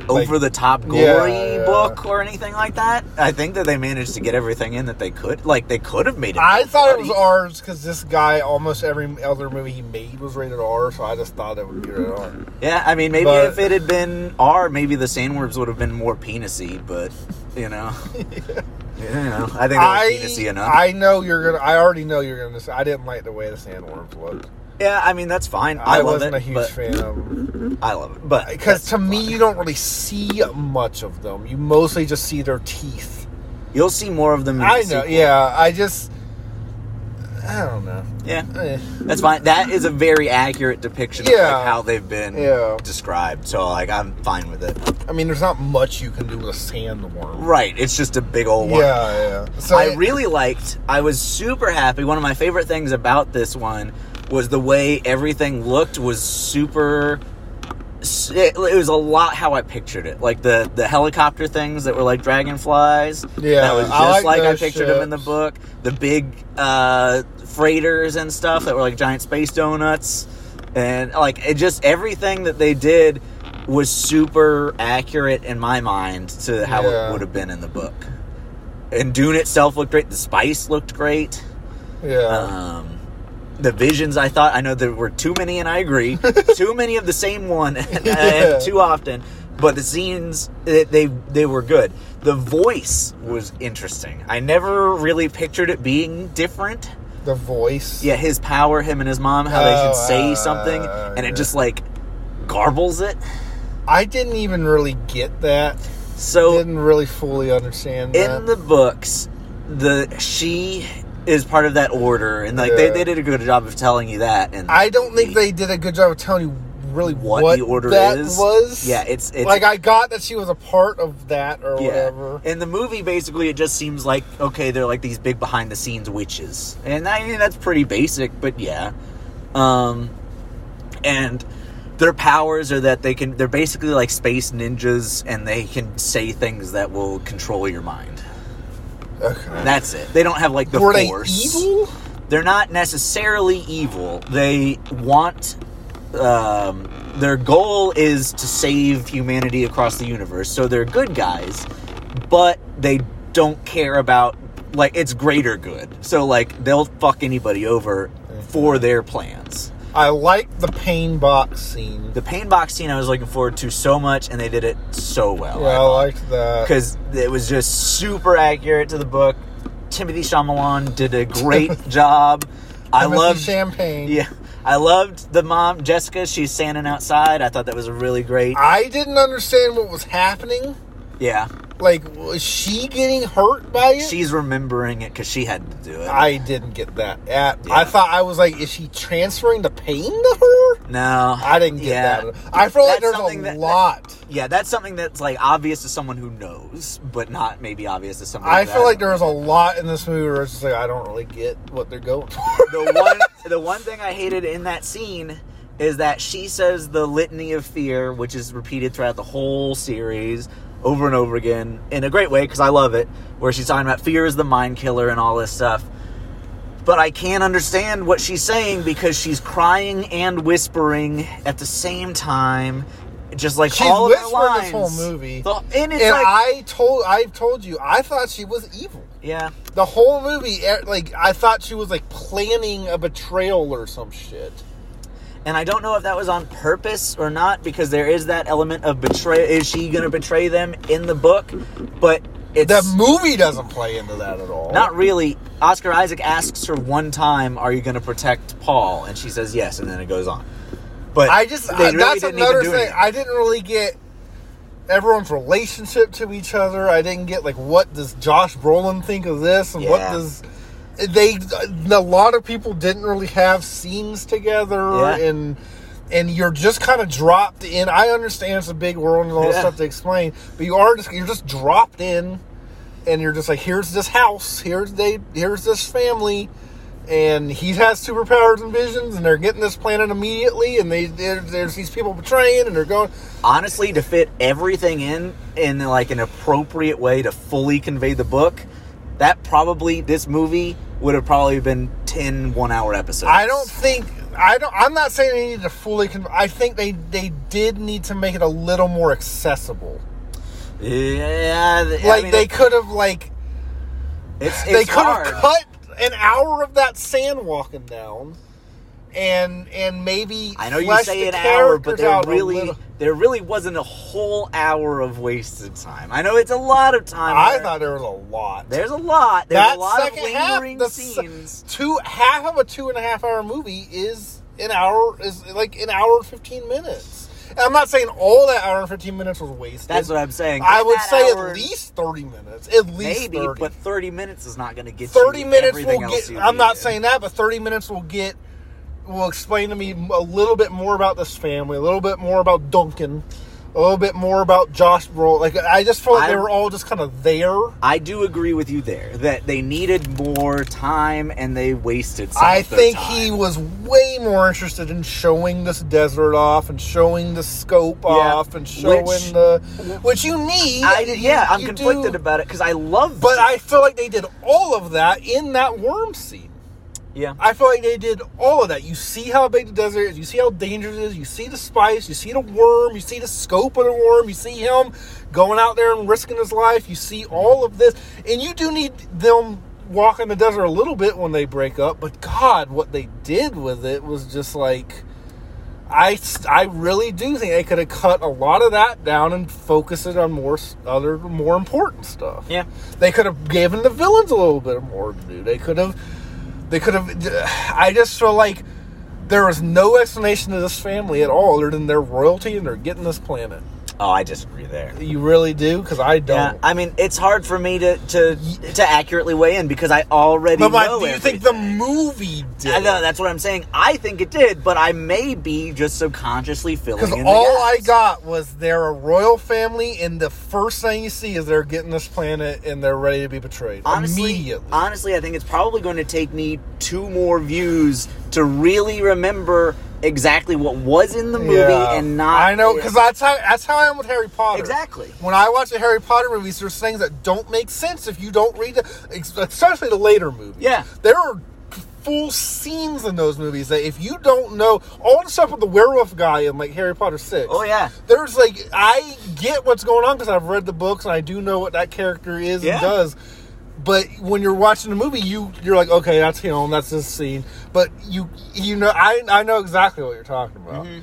S1: Like-
S2: over the top gory
S1: Yeah, yeah.
S2: book or anything like that. I think that they managed to get everything in that they could. Like they could have made it.
S1: I
S2: more
S1: thought it
S2: bloody.
S1: was R's because this guy, almost every other movie he made was rated R, so I just thought it would be rated R.
S2: Yeah, I mean maybe
S1: but-
S2: if it had been R, maybe the sandworms would have been more penisy, but you know. Yeah, you know, I think
S1: I,
S2: they were penisy enough.
S1: I know you're gonna. I already know you're gonna. Say, I didn't like the way the sandworms looked.
S2: yeah, I mean that's fine. I,
S1: I,
S2: love
S1: wasn't
S2: it,
S1: a huge
S2: but-
S1: fan of them
S2: I love it, but
S1: because
S2: that's
S1: to me,
S2: fine.
S1: you don't really see much of them. You mostly just see their teeth.
S2: you'll see more of them. In
S1: I
S2: the
S1: know.
S2: sequel.
S1: Yeah, I just. I don't know.
S2: yeah.
S1: Eh.
S2: That's fine. That is a very accurate depiction of
S1: Yeah.
S2: like, how they've been
S1: Yeah.
S2: described. So like I'm fine with it.
S1: I mean, there's not much you can do with a sandworm.
S2: Right. It's just a big old one.
S1: Yeah, yeah. So
S2: I really liked. I was super happy. One of my favorite things about this one was the way everything looked was super. It, it was a lot how I pictured it, like the the helicopter things that were like dragonflies.
S1: Yeah,
S2: that was just
S1: I like
S2: like I
S1: those
S2: pictured them in the
S1: ships.
S2: book. The big uh, freighters and stuff that were like giant space donuts, and like it just everything that they did was super accurate in my mind to how
S1: Yeah.
S2: it would have been in the book and Dune itself looked great. The spice looked great.
S1: Yeah.
S2: Um, the visions, I thought, I know there were too many, and I agree, too many of the same one and,
S1: Yeah.
S2: and too often. But the scenes, they, they they were good. The voice was interesting. I never really pictured it being different.
S1: the voice.
S2: Yeah, his power, him and his mom, how they
S1: Oh,
S2: should say
S1: uh,
S2: something, and
S1: yeah.
S2: it just like garbles it.
S1: I didn't even really get that.
S2: So
S1: didn't really fully understand that.
S2: in the books the she is part of that order and like they,
S1: Yeah.
S2: they did a good job of telling you that and
S1: I don't think they did a good job of telling you really
S2: what,
S1: what,
S2: the order
S1: that
S2: is
S1: was.
S2: yeah it's, it's
S1: like I got that she was a part of that or
S2: yeah.
S1: whatever.
S2: in the movie basically it just seems like okay they're like these big behind the scenes witches and i mean that's pretty basic but yeah um and their powers are that they can they're basically like space ninjas and they can say things that will control your mind
S1: Okay.
S2: that's it they don't have like the
S1: Were they
S2: force
S1: evil?
S2: they're not necessarily evil. They want um, their goal is to save humanity across the universe. So they're good guys, but they don't care about like it's greater good. So like they'll fuck anybody over for their plans.
S1: I like the pain box scene.
S2: The pain box scene I was looking forward to so much, and they did it so well.
S1: yeah, I liked that.
S2: because it was just super accurate to the book. Timothy Shyamalan did a great job. I
S1: Timothy
S2: love
S1: champagne.
S2: Yeah, I loved the mom Jessica. She's standing outside. I thought that was a really great.
S1: I didn't understand what was happening.
S2: Yeah,
S1: Like, was she getting hurt by it?
S2: she's remembering it because she had to do it.
S1: I didn't get that. At
S2: Yeah.
S1: I thought I was like, is she transferring the pain to her?
S2: no,
S1: I didn't get
S2: yeah.
S1: that. I feel like
S2: That's
S1: there's
S2: something
S1: a
S2: that- that-
S1: lot.
S2: Yeah, that's something that's like obvious to someone who knows, but not maybe obvious to someone.
S1: I
S2: that
S1: feel like
S2: don't.
S1: there was a lot in this movie where it's just like I don't really get what they're going for.
S2: the one the one thing I hated in that scene is that she says the litany of fear, which is repeated throughout the whole series over and over again in a great way because I love it, where she's talking about fear is the mind killer and all this stuff. But I can't understand what she's saying because she's crying and whispering at the same time, just like
S1: She's
S2: all of her
S1: whispering
S2: lines.
S1: this whole movie.
S2: The- and it's
S1: and
S2: like,
S1: I told I told you I thought she was evil.
S2: yeah,
S1: The whole movie, eh, like I thought she was like planning a betrayal or some shit.
S2: And I don't know if that was on purpose or not because there is that element of betray. Is she going to betray them in the book? But It's
S1: That movie doesn't play into that at all.
S2: not really. Oscar Isaac asks her one time, "Are you going to protect Paul?" And she says yes, and then it goes on. But
S1: I just
S2: they
S1: uh,
S2: really
S1: that's
S2: didn't
S1: another
S2: even do
S1: thing.
S2: anything.
S1: I didn't really get everyone's relationship to each other. I didn't get like what does Josh Brolin think of this and what
S2: Yeah.
S1: does they a lot of people didn't really have scenes together
S2: Yeah.
S1: and and you're just kind of dropped in. I understand it's a big world and all this
S2: Yeah.
S1: stuff to explain, but you are just you're just dropped in and you're just like here's this house, here's they here's this family and he has superpowers and visions, and they're getting this planet immediately, and they there- there's these people betraying, and they're going.
S2: honestly to fit everything in in like an appropriate way to fully convey the book that probably this movie would have probably been 10 one hour episodes
S1: I don't think I don't. I'm not saying they need to fully. Con- I think they they did need to make it a little more accessible.
S2: yeah th- I
S1: Like
S2: mean,
S1: they
S2: it-
S1: could have like
S2: it's,
S1: they
S2: it's
S1: could have
S2: hard.
S1: cut an hour of that sand walking down, and and maybe
S2: i know you
S1: flesh
S2: say
S1: the
S2: an hour
S1: characters
S2: but there
S1: out a
S2: really
S1: little-
S2: there really wasn't a whole hour of wasted time i know it's a lot of time
S1: I
S2: where-
S1: thought there was a lot.
S2: there's a lot there's
S1: That
S2: a lot of
S1: second half,
S2: lingering
S1: the s-
S2: scenes
S1: two half of a two and a half hour movie is an hour is like an hour and fifteen minutes. And I'm not saying all that hour and fifteen minutes was wasted.
S2: that's what i'm saying
S1: I would
S2: That
S1: say
S2: hour-
S1: at least thirty minutes. At least
S2: maybe
S1: 30.
S2: but 30 minutes is not going to get
S1: 30
S2: you
S1: minutes
S2: everything
S1: will
S2: else
S1: get.
S2: you
S1: I'm not
S2: needed.
S1: saying that, but 30 minutes will get. Will explain to me a little bit more about this family, a little bit more about Duncan, a little bit more about Josh Brolin. Like I just felt like
S2: I-
S1: they were all just kind of there.
S2: I do agree with you there that they needed more time and they wasted. Some
S1: I
S2: of their
S1: think
S2: time.
S1: he was way more interested in showing this desert off and showing the scope off and showing
S2: which-
S1: the which you need.
S2: I did, yeah, I'm
S1: You do-
S2: conflicted about it because I love.
S1: But I feel like they did all of that in that worm scene.
S2: yeah,
S1: I feel like they did all of that. You see how big the desert is. You see how dangerous it is. You see the spice. You see the worm. You see the scope of the worm. You see him going out there and risking his life. You see all of this, and you do need them walking the desert a little bit when they break up. But God, what they did with it was just like. I, I really do think they could have cut a lot of that down and focus it on more s- other more important stuff.
S2: yeah.
S1: They could have given the villains a little bit more to do. They could have. They could have. I just feel like there was no explanation to this family at all, other than their royalty and they're getting this planet.
S2: Oh, I disagree there.
S1: You really do, because I
S2: Yeah,
S1: don't.
S2: I mean it's hard for me to to to accurately weigh in because I already
S1: but my,
S2: know.
S1: do you think the movie did?
S2: I know that's what I'm saying. I think it did, but I may be just subconsciously filling in
S1: Because
S2: the
S1: all I
S2: gaps.
S1: got was they're a royal family, and the first thing you see is they're getting this planet, and they're ready to be betrayed
S2: honestly,
S1: immediately.
S2: honestly, I think it's probably going to take me two more views to really remember exactly what was in the movie
S1: Yeah.
S2: and not.
S1: I know because that's how that's how I am with Harry Potter.
S2: Exactly.
S1: When I watch the Harry Potter movies, there's things that don't make sense if you don't read, the, ex- especially the later movies.
S2: Yeah.
S1: there are full scenes in those movies that if you don't know all the stuff with the werewolf guy in like Harry Potter six.
S2: Oh, yeah.
S1: there's like I get what's going on because I've read the books and I do know what that character is
S2: Yeah.
S1: and does. But when you're watching the movie, you you're like, okay, that's him, that's this scene. But you you know, I I know exactly what you're talking about. So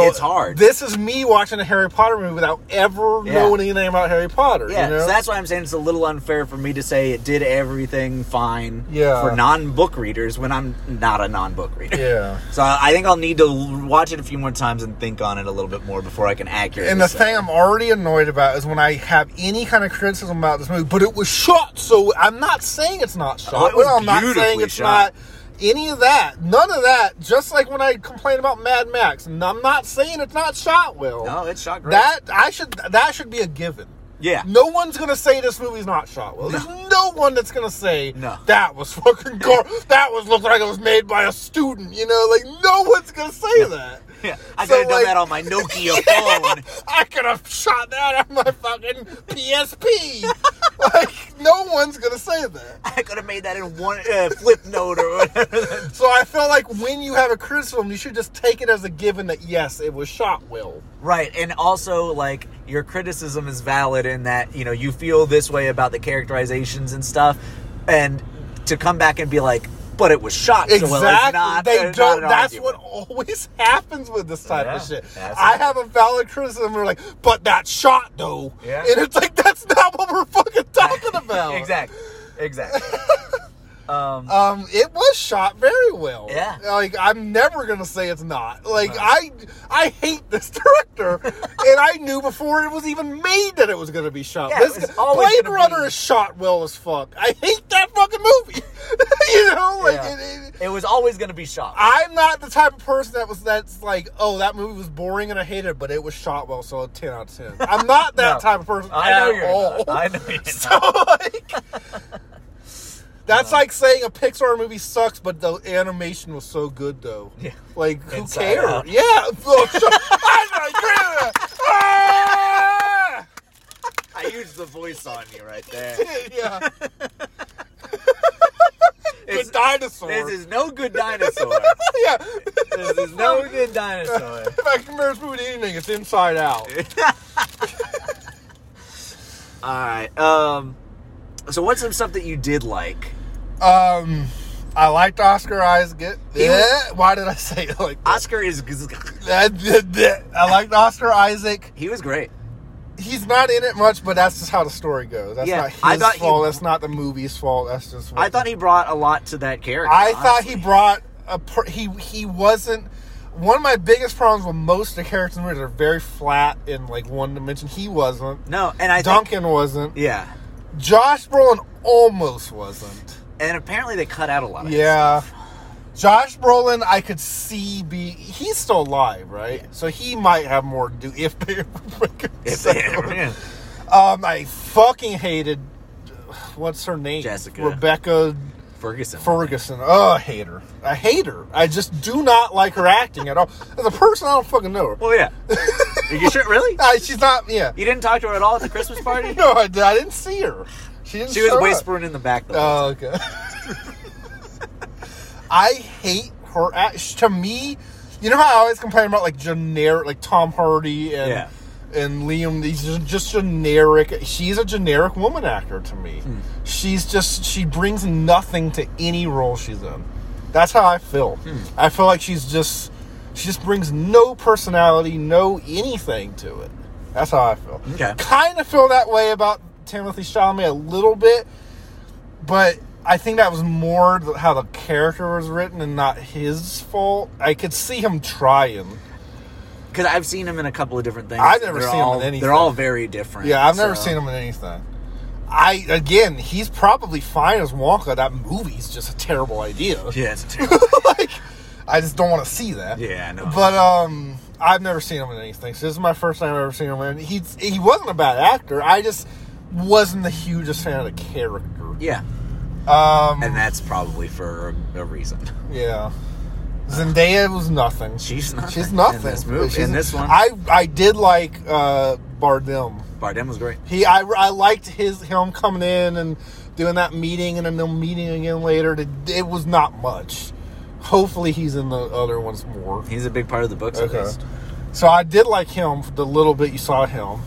S2: Mm-hmm. It's hard.
S1: This is me watching a Harry Potter movie without ever
S2: Yeah.
S1: knowing anything about Harry Potter.
S2: Yeah,
S1: you know?
S2: so that's why I'm saying it's a little unfair for me to say it did everything fine
S1: Yeah.
S2: for non-book readers when I'm not a non-book reader.
S1: yeah.
S2: So I think I'll need to l- watch it a few more times and think on it a little bit more before I can accurately.
S1: And the
S2: say.
S1: thing I'm already annoyed about is when I have any kind of criticism about this movie, but it was shot, so I'm not saying it's not shot.
S2: Oh, it was
S1: Well, I'm not saying
S2: beautifully
S1: it's not
S2: shot.
S1: any of that. None of that. Just like when I complain about Mad Max, and I'm not saying it's not shot well.
S2: no, it's shot great.
S1: that I should that should be a given.
S2: yeah,
S1: No one's gonna say this movie's not shot well. There's no one that's gonna say
S2: No.
S1: that was fucking gar- that was looked like it was made by a student. You know, like no one's gonna say that.
S2: yeah. I
S1: So,
S2: could have done
S1: like-
S2: that on my Nokia phone.
S1: I could have shot that on my fucking PSP. like no one's gonna say that.
S2: I could have made that in one uh, flip note or whatever.
S1: So I feel like when you have a criticism, you should just take it as a given that yes, it was shot well.
S2: Right, and also like your criticism is valid in that you know you feel this way about the characterizations and stuff, and to come back and be like, but it was shot so well, it's not.
S1: they
S2: it's not
S1: don't.
S2: an
S1: That's
S2: argument.
S1: what always happens with this type of
S2: Yeah,
S1: shit.
S2: that's
S1: I
S2: it.
S1: have a valid criticism. We're like, but that shot though,
S2: Yeah.
S1: and it's like that's not what we're fucking
S2: exactly, exactly. Um,
S1: Um, it was shot very well.
S2: Yeah.
S1: Like I'm never gonna say it's not. Like I, I hate this director, and I knew before it was even made that it was gonna be shot.
S2: Yeah, it
S1: this
S2: was always
S1: Blade
S2: gonna
S1: Runner
S2: be-
S1: is shot well as fuck. I hate that fucking movie. you know, like
S2: Yeah.
S1: it, it,
S2: it was always going to be shot.
S1: I'm not the type of person that was that's like, oh, that movie was boring and I hated it, but it was shot well, so a ten out of ten. I'm not that
S2: No.
S1: type of person.
S2: I know
S1: at
S2: you're
S1: all.
S2: not. I know you're not.
S1: So like,
S2: Uh-huh.
S1: that's like saying a Pixar movie sucks, but the animation was so good though.
S2: Yeah.
S1: Like who
S2: Inside
S1: cares?
S2: Out.
S1: Yeah. Oh, shut- I know you're not. Ah!
S2: I used the voice on you right there.
S1: yeah.
S2: It's-
S1: the dinosaur.
S2: This is no good dinosaur.
S1: yeah.
S2: This is no good dinosaur.
S1: If I compare this movie to anything, it's Inside Out.
S2: All right. Um, so what's some stuff that you did like?
S1: Um, I liked Oscar Isaac.
S2: He was-
S1: Eh, Why did I say it like that?
S2: Oscar is
S1: I liked Oscar Isaac.
S2: he was great.
S1: He's not in it much, but that's just how the story goes. That's
S2: Yeah,
S1: not
S2: I
S1: his
S2: thought he-
S1: fault. that's not the movie's fault. That's just. What
S2: I thought he brought a lot to that character.
S1: I thought he
S2: honestly.
S1: brought a. Per- he he wasn't. One of my biggest problems with most of the characters in the movies are very flat in like one dimension. He wasn't.
S2: no, and I think,
S1: Duncan wasn't.
S2: yeah,
S1: Josh Brolin almost wasn't.
S2: and apparently they cut out a lot. Of it.
S1: Yeah. Josh Brolin, I could see be he's still alive, right? So he might have more to do if they
S2: If
S1: so,
S2: they- yeah.
S1: Um, I fucking hated what's her name?
S2: Jessica.
S1: Rebecca
S2: Ferguson.
S1: Ferguson. Oh, I hate her. I hate her. I just do not like her acting at all. As a person, I don't fucking know her.
S2: well, yeah. you sure? Really?
S1: Uh, she's not. Yeah.
S2: You didn't talk to her at all at the Christmas party?
S1: No, I, I didn't see her. She didn't.
S2: She was
S1: show up.
S2: whispering in the back. The whole
S1: Oh, okay. I hate her. Act. To me, you know how I always complain about like generic, like Tom Hardy and
S2: Yeah.
S1: and Liam. These are just generic. She's a generic woman actor to me. She's just she brings nothing to any role she's in. That's how I feel. I feel like she's just she just brings no personality, no anything to it. That's how I feel.
S2: Okay.
S1: Kind of feel that way about Timothy Chalamet a little bit but I think that was more th- how the character was written and not his fault. I could see him trying.
S2: Because I've seen him in a couple of different things.
S1: I've never
S2: They're
S1: seen him in
S2: all,
S1: anything.
S2: They're all very different.
S1: Yeah, I've never
S2: so-
S1: seen him in anything. I again, he's probably fine as Wonka. That movie's just a terrible idea.
S2: Yeah, it's
S1: like, I just don't want to see that.
S2: yeah, I know.
S1: But um, I've never seen him in anything. So this is my first time I've ever seen him. And he's he wasn't a bad actor. I just wasn't the hugest fan of the character.
S2: yeah,
S1: Um,
S2: and that's probably for a reason.
S1: yeah. Zendaya was nothing.
S2: She's nothing.
S1: She's nothing.
S2: in this movie.
S1: She's-
S2: in this one,
S1: I I did like uh, Bardem.
S2: Bardem was great.
S1: He I, I liked his him coming in and doing that meeting and then them meeting again later. It, it was not much. Hopefully he's in the other ones more.
S2: He's a big part of the books. At
S1: Okay.
S2: least.
S1: So I did like him for the little bit you saw him.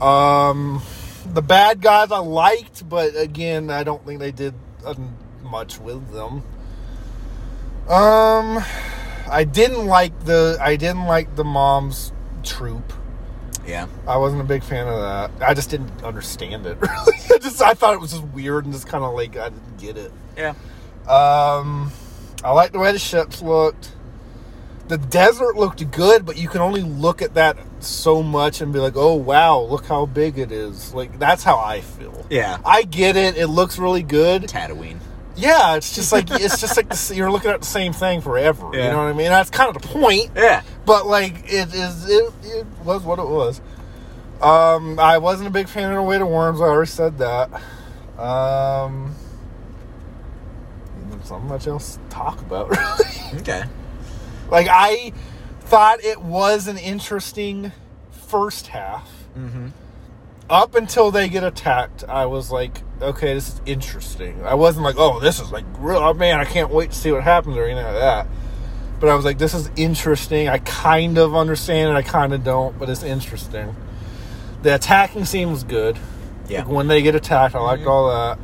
S2: Mm-hmm.
S1: Um, the bad guys I liked, but again, I don't think they did uh, much with them. Um, I didn't like the I didn't like the mom's troop.
S2: Yeah.
S1: I wasn't a big fan of that. I just didn't understand it. Really, I just I thought it was just weird and just kind of like I didn't get it.
S2: Yeah.
S1: Um, I like the way the ships looked. The desert looked good, but you can only look at that so much and be like, "Oh wow, look how big it is!" Like that's how I feel.
S2: Yeah.
S1: I get it. It looks really good.
S2: Tatooine.
S1: Yeah, it's just like it's just like the, you're looking at the same thing forever. You
S2: Yeah.
S1: know what I mean? That's kind of the point.
S2: Yeah.
S1: But like it is, it, it was what it was. Um, I wasn't a big fan of the way to worms. I already said that. Um, there's not much else to talk about. Really,
S2: Okay.
S1: like I thought it was an interesting first half.
S2: Mm-hmm.
S1: Up until they get attacked, I was like, okay, this is interesting. I wasn't like, oh, this is like real. Oh man, I can't wait to see what happens or anything like that. But I was like, this is interesting. I kind of understand and I kind of don't, but it's interesting. The attacking scene was good.
S2: Yeah.
S1: Like when they get attacked, I liked all that.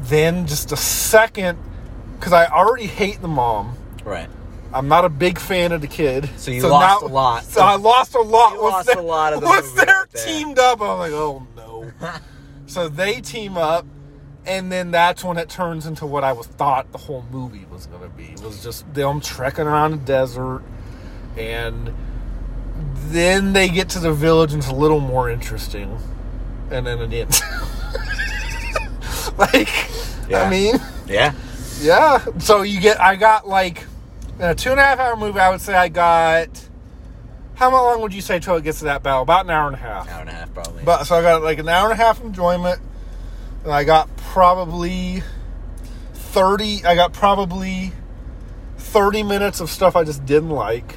S1: Then just a second, because I already hate the mom.
S2: Right.
S1: I'm not a big fan of the kid.
S2: So you lost a lot.
S1: So I lost a lot.
S2: You
S1: once
S2: lost
S1: they're-
S2: a lot of the
S1: once
S2: movie
S1: they're
S2: right there.
S1: teamed up. I'm like, oh no. So they team up, and then that's when it turns into what I was thought the whole movie was going to be. It was just them trekking around the desert, and then they get to the village, and it's a little more interesting, and then it ends. like,
S2: Yeah.
S1: I mean,
S2: Yeah.
S1: yeah. So you get, I got like in a two and a half hour movie. I would say I got. How long would you say till it gets to that battle? About an hour and a half.
S2: Hour and a half probably.
S1: But so I got like an hour and a half enjoyment, and I got probably thirty. I got probably thirty minutes of stuff I just didn't like.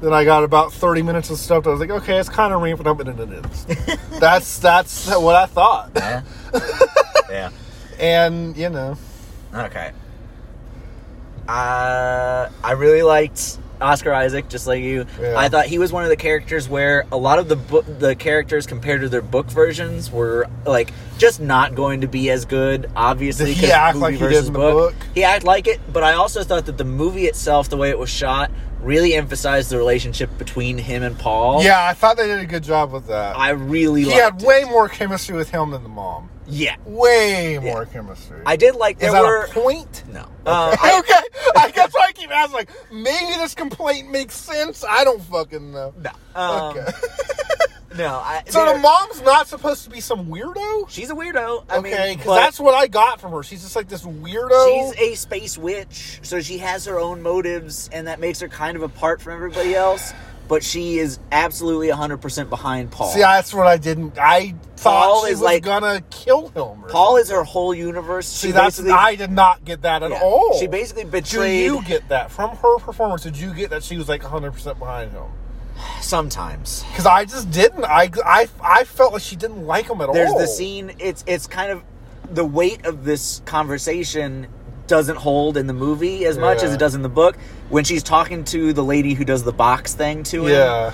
S1: Then I got about thirty minutes of stuff that I was like, okay, it's kind of ramping up, and then it ends. that's that's what I thought,
S2: yeah. yeah.
S1: and you know,
S2: Okay. Uh, I really liked Oscar Isaac, just like you.
S1: Yeah.
S2: I thought he was one of the characters where a lot of the book, the characters compared to their book versions were like just not going to be as good. Obviously,
S1: Did he
S2: 'cause
S1: act
S2: movie
S1: like he did
S2: versus
S1: in the book?
S2: He acted like it, but I also thought that the movie itself, the way it was shot, really emphasized the relationship between him and Paul.
S1: yeah, I thought they did a good job with that.
S2: I really
S1: he
S2: liked
S1: had
S2: it.
S1: way more chemistry with him than the mom.
S2: yeah.
S1: Way more chemistry.
S2: I did like there
S1: Is that
S2: were
S1: a point?
S2: no. Uh, I-
S1: okay, I guess I keep asking. Like, maybe this complaint makes sense. I don't fucking know.
S2: no. Um,
S1: Okay.
S2: No. I,
S1: so the
S2: there-
S1: mom's not supposed to be some weirdo.
S2: She's a weirdo. I
S1: okay,
S2: mean,
S1: because
S2: but
S1: that's what I got from her. She's just like this weirdo.
S2: she's a space witch, so she has her own motives, and that makes her kind of apart from everybody else. But she is absolutely 100% behind Paul.
S1: See, that's what I didn't. I thought
S2: Paul
S1: she
S2: is
S1: was
S2: like-
S1: gonna kill him. Or
S2: Paul is her whole universe.
S1: See,
S2: she
S1: that's
S2: basically,
S1: I did not get that at
S2: yeah.
S1: all.
S2: She basically
S1: Do
S2: betrayed
S1: you get that from her performance? Did you get that she was like 100 percent behind him?
S2: sometimes.
S1: Because I just didn't. I, I I felt like she didn't like him at
S2: There's
S1: all.
S2: the scene. It's it's kind of the weight of this conversation doesn't hold in the movie as much as
S1: Yeah.
S2: it does in the book. When she's talking to the lady who does the box thing to him,
S1: Yeah.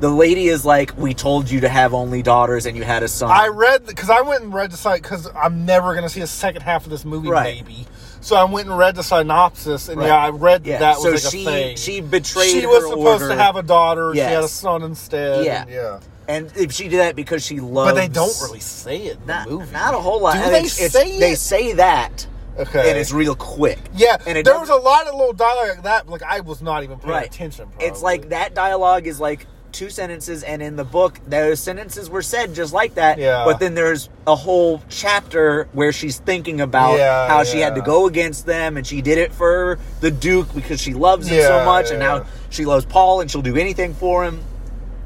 S2: the lady is like, "We told you to have only daughters, and you had a son."
S1: I read because I went and read the site because I'm never going to see a second half of this movie,
S2: Right.
S1: maybe. So I went and read the synopsis, and
S2: Right.
S1: yeah, I read that that was
S2: so
S1: like
S2: she
S1: a thing.
S2: she betrayed.
S1: She was
S2: her
S1: supposed
S2: order,
S1: to have a daughter. She had a
S2: Yes.
S1: son instead.
S2: Yeah.
S1: and yeah.
S2: and if she did that because she loves.
S1: But they don't really say it in
S2: Not,
S1: the movie.
S2: not a whole lot.
S1: Do
S2: And
S1: they
S2: it's- it's-
S1: say it?
S2: They say that,
S1: Okay.
S2: and it's real quick.
S1: yeah,
S2: and it
S1: there was a
S2: doesn't-
S1: lot of little dialogue like that. Like I was not even paying
S2: right.
S1: attention. Probably.
S2: It's like that dialogue is like two sentences, and in the book, those sentences were said just like that.
S1: Yeah.
S2: But then there's a whole chapter where she's thinking about
S1: Yeah,
S2: how she had to
S1: yeah.
S2: go against them, and she did it for the Duke because she loves him so
S1: Yeah,
S2: much, and
S1: yeah.
S2: now she loves Paul, and she'll do anything for him,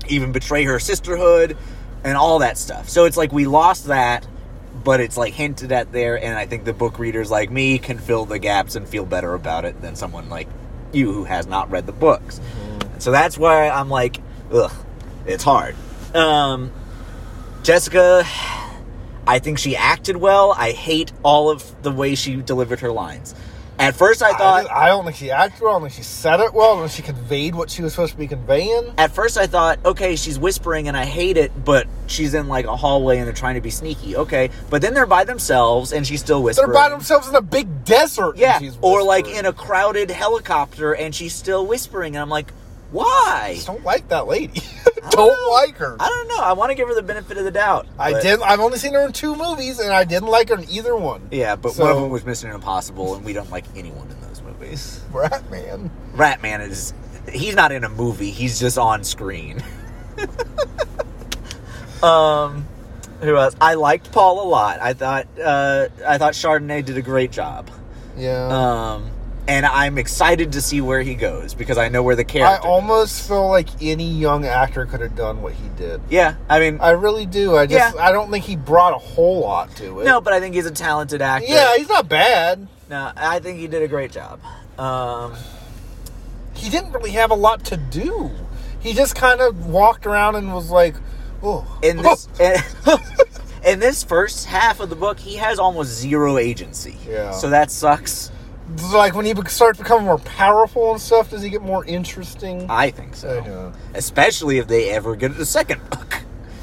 S2: even betray her sisterhood, and all that stuff. So it's like we lost that. But it's like hinted at there, and I think the book readers like me can fill the gaps and feel better about it than someone like you who has not read the books.
S1: Mm-hmm.
S2: So that's why I'm like, ugh, it's hard. Um, Jessica, I think she acted well. I hate all of the way she delivered her lines. At first, I
S1: I,
S2: thought.
S1: just- I don't think she acted well. I don't think she said it well. I don't think she conveyed what she was supposed to be conveying.
S2: at first, I thought, okay, she's whispering and I hate it, but she's in like a hallway and they're trying to be sneaky. Okay, but then they're by themselves and she's still
S1: They're
S2: whispering.
S1: by themselves in a big desert. and
S2: Yeah,
S1: she's
S2: or like
S1: whispering.
S2: in a crowded helicopter and she's still whispering. And I'm like, why?
S1: just don't like that lady. don't like her.
S2: I don't know. I want to give her the benefit of the doubt.
S1: I
S2: but-
S1: did. I've only seen her in two movies, and I didn't like her in either one.
S2: Yeah, but one of
S1: So-
S2: them was Mission Impossible, and we don't like anyone in those movies.
S1: Ratman.
S2: Ratman is. He's not in a movie, he's just on screen. um. Who else? I liked Paul a lot. I thought uh, I thought Chardonnay did a great job,
S1: Yeah.
S2: um, and I'm excited to see where he goes because I know where the
S1: I
S2: character.
S1: almost feel like any young actor could have done what he did.
S2: yeah, I mean,
S1: I really do. I just.
S2: Yeah.
S1: I don't think he brought a whole lot to it.
S2: no, but I think he's a talented actor.
S1: Yeah, he's not bad.
S2: no, I think he did a great job. Um,
S1: He didn't really have a lot to do. He just kind of walked around and was like, "Oh,
S2: in this in, in this first half of the book, he has almost zero agency.
S1: Yeah.
S2: So that sucks.
S1: like when he be- starts becoming more powerful and stuff, does he get more interesting?"
S2: I think so.
S1: Yeah.
S2: Especially if they ever get a second book.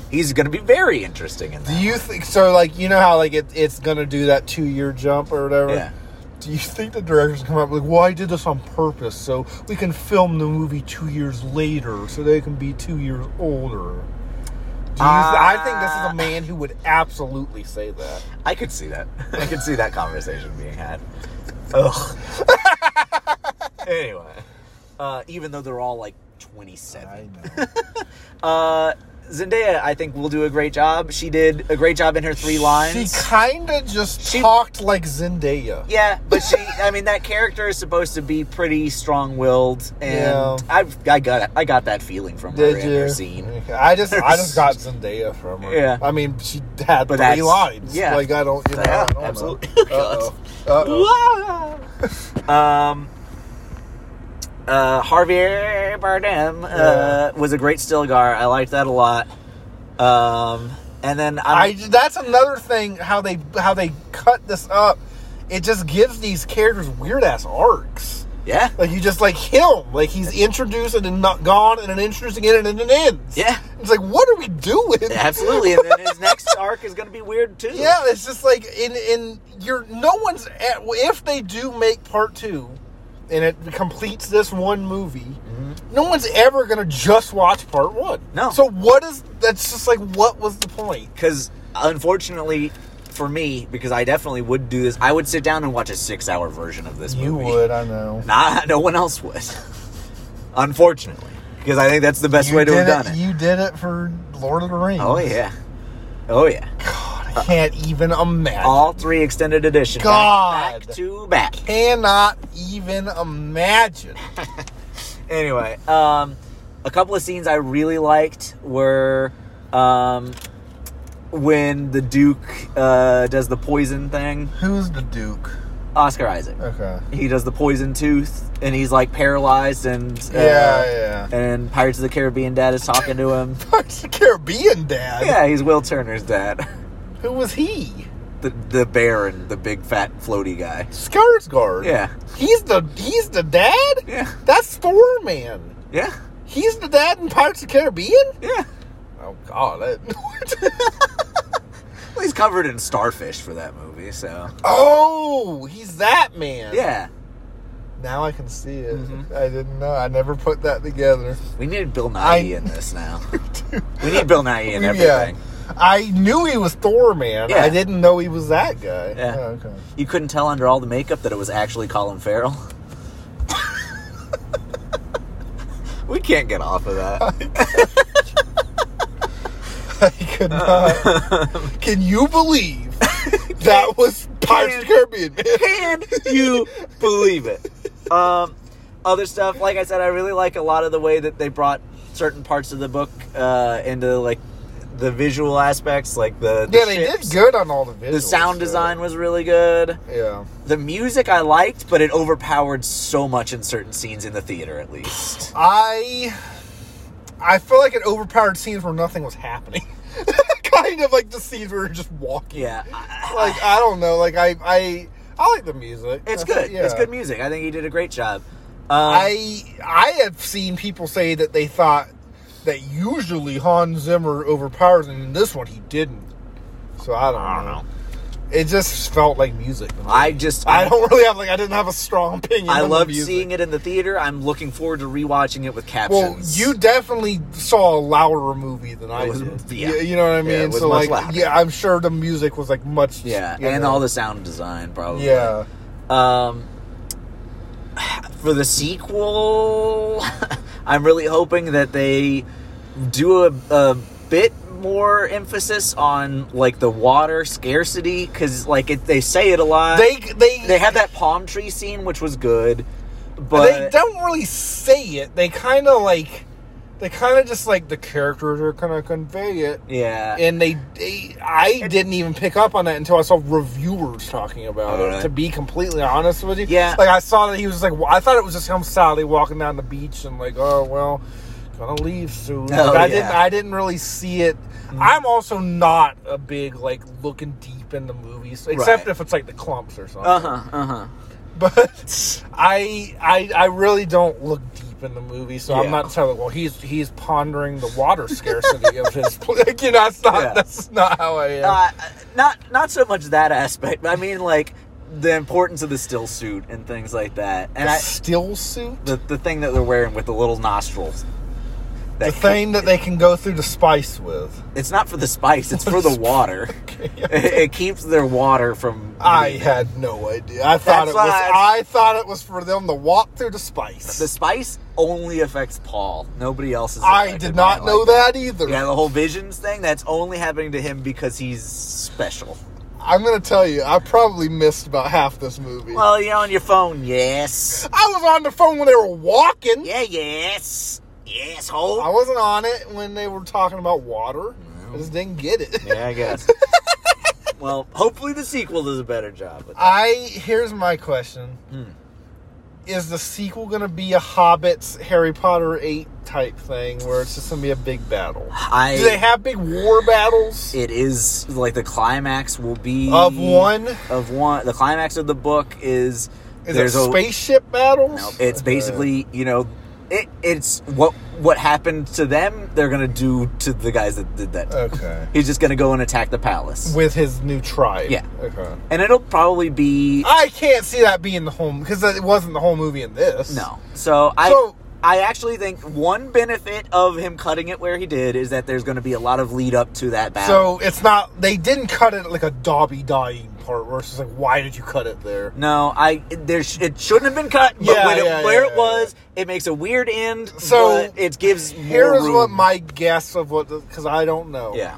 S2: He's going to be very interesting in
S1: Do
S2: that.
S1: you think so? Like you know how like it, it's gonna do that two year jump or whatever.
S2: Yeah.
S1: Do you think the directors come up like, "Well, I did this on purpose, so we can film the movie two years later, so they can be two years older"? Do Do you, I think this
S2: Ah.
S1: is a man who would absolutely say that.
S2: I could see that. I could see that conversation being had. Ugh. anyway, uh, even though they're all like 27.
S1: know.
S2: Uh, Zendaya, I think, will do a great job. She did a great job in her three lines.
S1: She kind of just
S2: She-
S1: talked like Zendaya.
S2: yeah, but she, I mean, that character is supposed to be pretty strong willed,
S1: Yeah.
S2: and I've, I got I got that feeling from her
S1: Did
S2: in her
S1: you?
S2: scene.
S1: Okay, I just I just got Zendaya from her.
S2: Yeah.
S1: I mean, she had three
S2: But that's-
S1: lines.
S2: yeah.
S1: Like I don't. You know,
S2: Yeah,
S1: I don't
S2: absolutely.
S1: Know. Uh-oh.
S2: um, uh, Harvey Bardem
S1: Yeah.
S2: uh, was a great Stilgar. I liked that a lot. Um, and then I'm,
S1: I that's another thing how they how they cut this up. It just gives these characters weird ass arcs.
S2: yeah,
S1: Like you just like him, like he's introduced and then not gone, and then introduced again, and then it ends.
S2: Yeah.
S1: it's like what are we doing?
S2: absolutely. And then his next arc is going to be weird too.
S1: Yeah, it's just like in in you're no one's at, if they do make part two, and it completes this one movie, no one's ever gonna just watch part one.
S2: No.
S1: So what is that's just like what was the point?
S2: because unfortunately for me, because I definitely would do this, I would sit down and watch a six-hour version of this movie.
S1: I know.
S2: Nah, no one else would. unfortunately, because I think that's the best way to have done it.
S1: You did it for Lord of the Rings.
S2: Oh yeah, oh yeah.
S1: God, I can't even imagine.
S2: All three extended editions.
S1: God.
S2: back, back to back.
S1: cannot even imagine.
S2: Anyway, um, a couple of scenes I really liked were um, when the Duke uh, does the poison thing.
S1: Who's the Duke?
S2: Oscar Isaac.
S1: Okay.
S2: He does the poison tooth, and he's like paralyzed, and uh,
S1: Yeah, yeah.
S2: And Pirates of the Caribbean dad is talking to him.
S1: Pirates of the Caribbean dad.
S2: yeah, he's Will Turner's dad,
S1: Who was he?
S2: the the Baron, the big fat floaty guy.
S1: Skarsgård.
S2: Yeah.
S1: He's the he's the dad?
S2: Yeah.
S1: That's Thor man.
S2: Yeah,
S1: He's the dad in Pirates of the Caribbean?
S2: yeah.
S1: Oh god. that-
S2: Well, he's covered in starfish for that movie, so
S1: oh, he's that man.
S2: yeah.
S1: Now I can see it.
S2: Mhm.
S1: I didn't know. I never put that together.
S2: We need Bill Nye
S1: I-
S2: in this now. we need Bill Nye in everything.
S1: I knew he was Thor man.
S2: Yeah.
S1: I didn't know he was that guy.
S2: Yeah.
S1: Oh, okay.
S2: You couldn't tell under all the makeup that it was actually Colin Farrell. we can't get off of that.
S1: I could
S2: Uh.
S1: not. Can you believe that was Pirates of the Caribbean, man?
S2: Can you believe it? Um, other stuff, like I said, I really like a lot of the way that they brought certain parts of the book uh, into like the visual aspects, like the, the
S1: Yeah, they
S2: ships.
S1: did good on all the visuals.
S2: The sound
S1: so-
S2: design was really good.
S1: Yeah.
S2: The music I liked, but it overpowered so much in certain scenes in the theater, at least.
S1: I I feel like it overpowered scenes where nothing was happening. kind of like the scenes where you're just walking.
S2: Yeah, I-
S1: Like I don't know. Like I I I like the music.
S2: it's
S1: I think-
S2: good. It's
S1: yeah.
S2: good music. I think he did a great job. Um,
S1: I I have seen people say that they thought that usually Hans Zimmer overpowers, and in this one he didn't. So I don't, know. It just felt like music. to me.
S2: I just
S1: I don't really have like I didn't have a strong opinion. on
S2: I
S1: the
S2: loved
S1: music.
S2: seeing it in the theater. I'm looking forward to rewatching it with
S1: Well,
S2: captions.
S1: you definitely saw a louder movie than I
S2: was-
S1: did.
S2: yeah.
S1: You, you know what I mean?
S2: Yeah, it was
S1: so
S2: much
S1: like,
S2: louder.
S1: yeah, I'm sure the music was like much.
S2: yeah,
S1: you
S2: and
S1: know.
S2: all the sound design probably.
S1: Yeah,
S2: Um, for the sequel, I'm really hoping that they do a, a bit more emphasis on like the water scarcity because like it, they say it a lot.
S1: they they
S2: they had that palm tree scene, which was good,
S1: they
S2: but
S1: don't really say it. They kind of like they kind of just like the characters are gonna convey it.
S2: yeah,
S1: And they, they I didn't even pick up on that until I saw reviewers talking about
S2: Oh,
S1: it.
S2: really?
S1: To be completely honest with you,
S2: Yeah.
S1: like I saw that he was like, well, I thought it was just him sadly walking down the beach and like, oh well, gonna leave soon.
S2: Oh,
S1: Like, I
S2: yeah. Mm.
S1: didn't, I didn't really see it. I'm also not a big like looking deep into movies, except
S2: Right.
S1: if it's like the clumps or something.
S2: uh huh, uh huh.
S1: But I, I, I really don't look deep in the movie, so I'm
S2: Yeah.
S1: not telling. Well, he's he's pondering the water scarcity of his. pl- Like, you know, that's not
S2: Yeah.
S1: that's not how I am.
S2: Uh, not not so much that aspect. But I mean, like the importance of the still suit and things like that. And I,
S1: Still suit.
S2: the, the thing that they're wearing with the little nostrils.
S1: the
S2: that
S1: thing that they can go through the spice with.
S2: It's not for the spice. It's for the water. it, it keeps their water from.
S1: I had no idea. I thought
S2: That's
S1: it was.
S2: why I-
S1: I thought it was for them to walk through the spice.
S2: The spice only affects Paul. Nobody else is.
S1: I
S2: affected
S1: did
S2: by
S1: not
S2: it
S1: know
S2: like
S1: that either.
S2: Yeah, the whole visions thing. That's only happening to him because he's special.
S1: I'm gonna tell you, I probably missed about half this movie.
S2: Well, you're on your phone. Yes.
S1: I was on the phone when they were walking.
S2: Yeah. Yes. Yes.
S1: I
S2: Hold.
S1: wasn't on it when they were talking about water. I just didn't get it.
S2: Yeah, I guess. well, hopefully the sequel does a better job. With that.
S1: I here's my question:
S2: Hmm.
S1: Is the sequel gonna be a Hobbit's Harry Potter eight type thing, where it's just gonna be a big battle?
S2: I.
S1: Do they have big war battles
S2: it is like the climax will be
S1: of one?
S2: of one the climax of the book is
S1: Is it spaceship battles?
S2: no, it's basically you know it, it's what what happened to them they're gonna do to the guys that did that
S1: okay.
S2: he's just gonna go and attack the palace
S1: With his new tribe.
S2: Yeah.
S1: Okay.
S2: and it'll probably be
S1: I can't see that being the whole because it wasn't the whole movie in this.
S2: no so i
S1: So-
S2: I actually think one benefit of him cutting it where he did is that there's going to be a lot of lead up to that battle.
S1: So it's not. They didn't cut it like a Dobby dying part where it's just like, why did you cut it there?
S2: no, I there sh- it shouldn't have been cut, but
S1: Yeah,
S2: when it,
S1: yeah,
S2: where
S1: yeah,
S2: it
S1: yeah,
S2: was, it makes a weird end.
S1: So,
S2: but it gives more
S1: Here is what
S2: room.
S1: my guess of what because I don't know.
S2: yeah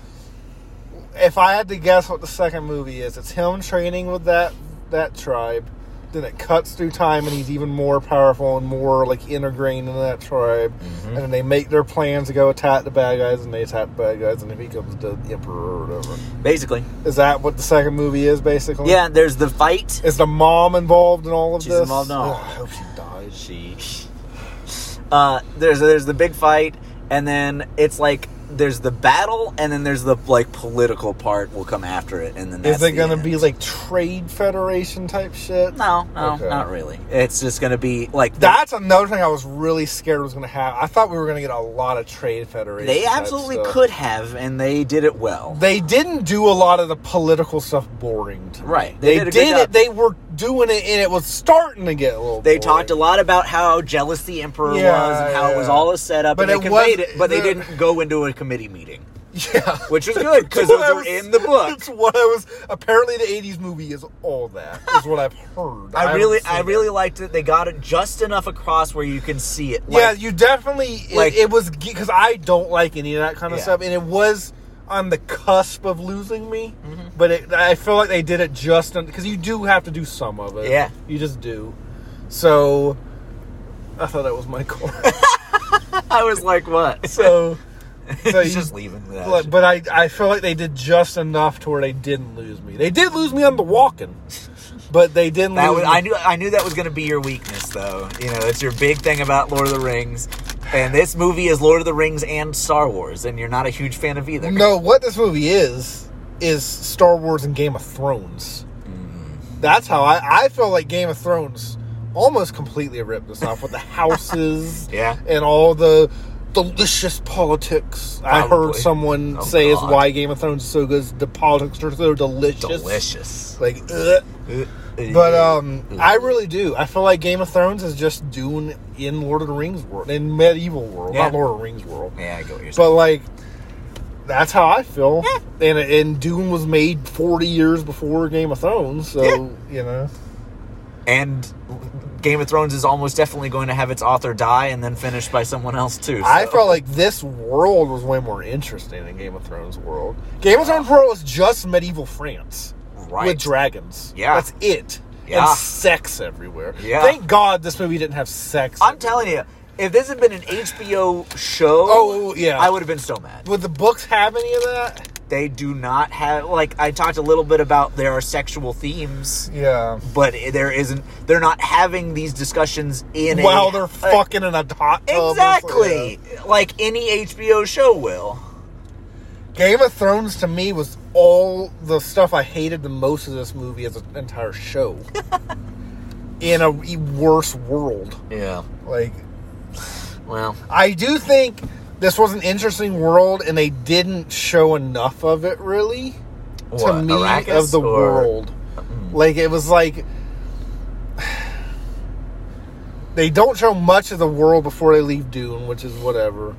S1: If I had to guess what the second movie is, it's him training with that that tribe. Then it cuts through time, and he's even more powerful and more like integrated into that tribe.
S2: Mm-hmm.
S1: And then they make their plans to go attack the bad guys, and they attack the bad guys, and he becomes the emperor or whatever.
S2: basically
S1: Is that what the second movie is basically?
S2: yeah. There's the fight
S1: Is the mom involved in all of
S2: She's
S1: this?
S2: involved in all
S1: Ugh,
S2: of
S1: I hope she dies.
S2: She. Uh, there's there's the big fight, and then it's like there's the battle, and then there's the like political part will come after it, and then that's
S1: Is it
S2: the
S1: going to
S2: end.
S1: be like trade federation type shit?
S2: No, no,
S1: Okay.
S2: not really. It's just gonna be like the-
S1: That's another thing I was really scared was going to happen. I thought we were going to get a lot of trade federation.
S2: They
S1: type
S2: absolutely
S1: stuff.
S2: could have, and they did it well.
S1: They didn't do a lot of the political stuff boring. To me.
S2: Right. They
S1: They,
S2: did a
S1: did,
S2: good job.
S1: it. They were doing it, and it was starting to get a little.
S2: They
S1: boring.
S2: talked a lot about how jealous the emperor
S1: Yeah,
S2: was and how it was
S1: yeah.
S2: all a setup,
S1: But
S2: and
S1: it
S2: they conveyed
S1: was-
S2: it, but they
S1: the-
S2: didn't go into a committee meeting,
S1: Yeah.
S2: which is good because those
S1: That's what
S2: were
S1: I was-
S2: in the book.
S1: That's what I was. Apparently, the '80s movie is all that. Is what I've heard.
S2: I
S1: haven't
S2: really,
S1: seen
S2: I
S1: it.
S2: really liked it. They got it just enough across where you can see it.
S1: yeah,
S2: Like,
S1: you definitely. It,
S2: like-
S1: it was because I don't like any of that kind of
S2: Yeah.
S1: stuff, and it was on the cusp of losing me.
S2: Mm-hmm.
S1: But it, I feel like they did it just because you do have to do some of it.
S2: Yeah.
S1: you just do. So I thought that was my core.
S2: I was like, what?
S1: so, so
S2: He's
S1: you-
S2: just leaving that.
S1: But, but I, I feel like they did just enough to where they didn't lose me. They did lose me on the walking, but they didn't.
S2: that
S1: lose
S2: was,
S1: me.
S2: I knew, I knew that was going to be your weakness, though. You know, it's your big thing about Lord of the Rings, and this movie is Lord of the Rings and Star Wars, and you're not a huge fan of either.
S1: No, what this movie is is Star Wars and Game of Thrones.
S2: Mm-hmm.
S1: That's how I I feel like Game of Thrones almost completely ripped this off with the houses,
S2: Yeah.
S1: and all the delicious politics. I heard
S2: Probably.
S1: someone
S2: Oh,
S1: say is
S2: God.
S1: why Game of Thrones is so good. is The politics are so delicious.
S2: Delicious.
S1: Like, ugh. but um, I really do. I feel like Game of Thrones is just doing in Lord of the Rings world, in medieval world, not
S2: Yeah.
S1: Lord of the Rings world.
S2: yeah, I get what you're saying.
S1: But like, that's how I feel. And and Dune was made forty years before Game of Thrones, so you know.
S2: and Game of Thrones is almost definitely going to have its author die and then finished by someone else too.
S1: I
S2: so-
S1: felt like this world was way more interesting than Game of Thrones world. Game of Thrones world was just medieval France
S2: Right.
S1: with dragons.
S2: Yeah.
S1: that's it.
S2: Yeah.
S1: and sex everywhere.
S2: Yeah.
S1: Thank God this movie didn't have sex.
S2: I'm telling you, if this had been an HBO show,
S1: Oh, yeah.
S2: I would have been so mad.
S1: Would the books have any of that?
S2: They do not have like I talked a little bit about there are sexual themes,
S1: Yeah.
S2: but i- there isn't. They're not having these discussions in a-
S1: While they're
S2: uh,
S1: fucking in a hot tub. or
S2: exactly
S1: something.
S2: like any HBO show will.
S1: Game of Thrones to me was all the stuff I hated the most of this movie as an entire show. In a e- worse world.
S2: Yeah.
S1: Like,
S2: Well,
S1: I do think this was an interesting world and they didn't show enough of it really to
S2: What,
S1: me
S2: Arrakis
S1: of the
S2: or- Mm-hmm.
S1: world. Like, it was like. They don't show much of the world before they leave Dune, which is whatever.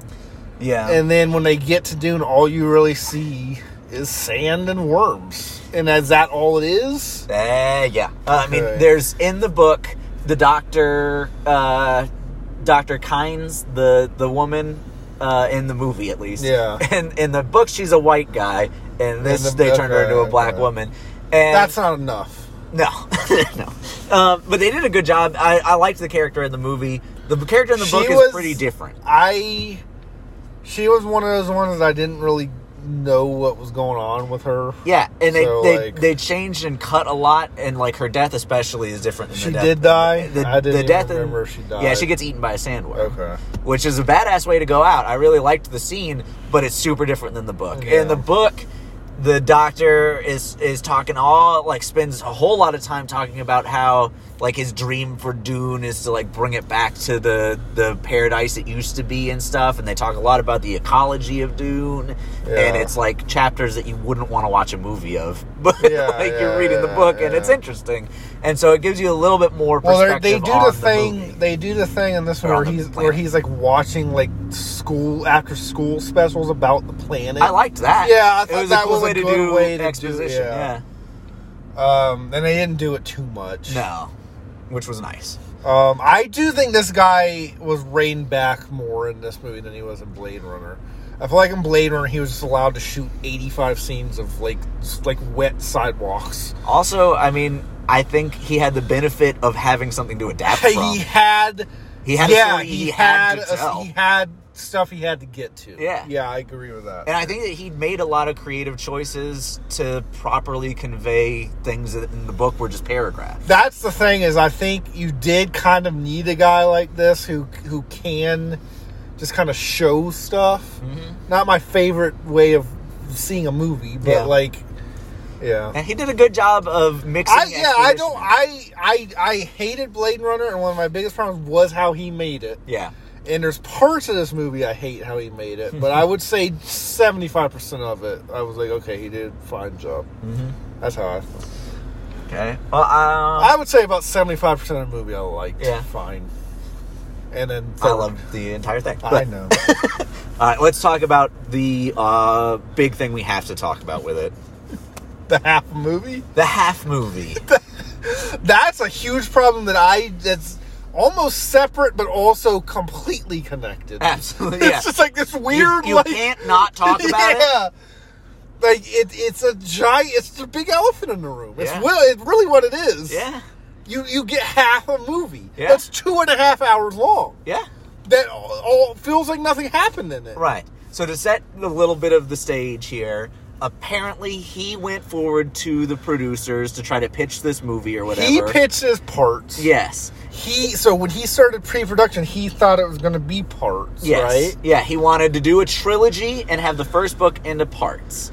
S2: Yeah.
S1: And then when they get to Dune, all you really see is sand and worms. And is that all it is?
S2: Uh, yeah. Uh, I mean,
S1: Okay.
S2: there's in the book the doctor, uh, Doctor Kynes, the the woman uh, in the movie at least.
S1: Yeah.
S2: And in the book, she's a white guy, and this
S1: the
S2: they
S1: book,
S2: turned her into a
S1: uh,
S2: black
S1: yeah.
S2: woman. And
S1: That's not enough.
S2: no, no. Um, but they did a good job. I, I liked the character in the movie. The character in the
S1: She
S2: book
S1: was-
S2: is pretty different.
S1: I. She was one of those ones that I didn't really know what was going on with her.
S2: Yeah, and they,
S1: So,
S2: they,
S1: like-
S2: they changed and cut a lot, and like her death especially is different. Than
S1: She
S2: the death.
S1: did die?
S2: The,
S1: I didn't
S2: the
S1: even
S2: death in-
S1: remember she died.
S2: Yeah, she gets eaten by a sandworm.
S1: Okay.
S2: which is a badass way to go out. I really liked the scene, but it's super different than the book.
S1: Yeah.
S2: In the book, the doctor is is talking all like spends a whole lot of time talking about how like his dream for Dune is to like bring it back to the the paradise it used to be and stuff. And they talk a lot about the ecology of Dune, and
S1: Yeah.
S2: it's like chapters that you wouldn't want to watch a movie of, but
S1: Yeah,
S2: like
S1: yeah,
S2: you're reading the
S1: yeah,
S2: book and it's
S1: yeah.
S2: interesting, and so it gives you a little bit more
S1: Well,
S2: perspective.
S1: they're- they do
S2: on
S1: the thing.
S2: movie.
S1: They do the thing in this
S2: Or
S1: one
S2: on
S1: where
S2: the
S1: he's where
S2: planet.
S1: he's like watching like school after school specials about the planet.
S2: I liked that.
S1: Yeah, I thought that
S2: cool
S1: was a good way to do-
S2: exposition.
S1: yeah.
S2: yeah.
S1: Um, and they didn't do it too much.
S2: no, which was nice.
S1: Um, I do think this guy was reined back more in this movie than he was in Blade Runner. I feel like in Blade Runner he was just allowed to shoot eighty-five scenes of like s- like wet sidewalks.
S2: Also, I mean, I think he had the benefit of having something to adapt
S1: He
S2: from.
S1: had
S2: He had a
S1: yeah
S2: story
S1: he,
S2: he had
S1: had,
S2: to
S1: a-
S2: tell.
S1: he had stuff he had to get to.
S2: Yeah.
S1: yeah, I agree with that.
S2: and I think that he made a lot of creative choices to properly convey things that in the book were just paragraphs.
S1: that's the thing is I think you did kind of need a guy like this who who can just kind of show stuff. Not my favorite way of seeing a movie, but
S2: Mm-hmm. Yeah.
S1: like yeah.
S2: And he did a good job of mixing.
S1: I, yeah, I don't.
S2: exposition.
S1: I, I I hated Blade Runner, and one of my biggest problems was how he made it.
S2: yeah,
S1: And there's parts of this movie I hate how he made it, but I would say 75 percent of it, I was like, okay, he did a fine job.
S2: Mm-hmm.
S1: That's how I. Feel.
S2: okay. Well, uh,
S1: I would say about 75 percent of the movie I liked.
S2: Yeah.
S1: fine. And then
S2: I
S1: third.
S2: loved the entire thing.
S1: I
S2: But-
S1: know.
S2: All right, let's talk about the uh, big thing we have to talk about with it:
S1: the half movie.
S2: the half movie.
S1: That's a huge problem that I. That's almost separate, but also completely connected.
S2: Absolutely,
S1: It's
S2: yeah.
S1: just like this
S2: You,
S1: weird.
S2: you
S1: like,
S2: can't not talk about it.
S1: yeah. Like it, it's a giant. It's a big elephant in the room. It's
S2: Yeah.
S1: really, it's really what it is.
S2: Yeah,
S1: You you get half a movie.
S2: Yeah.
S1: That's two and a half hours long.
S2: yeah,
S1: That all, all feels like nothing happened in it.
S2: right. So to set a little bit of the stage here, apparently he went forward to the producers to try to pitch this movie or
S1: He
S2: whatever.
S1: pitched his parts.
S2: Yes.
S1: He so when he started pre-production, he thought it was going to be parts.
S2: Yes.
S1: Right.
S2: Yeah. He wanted to do a trilogy and have the first book into parts.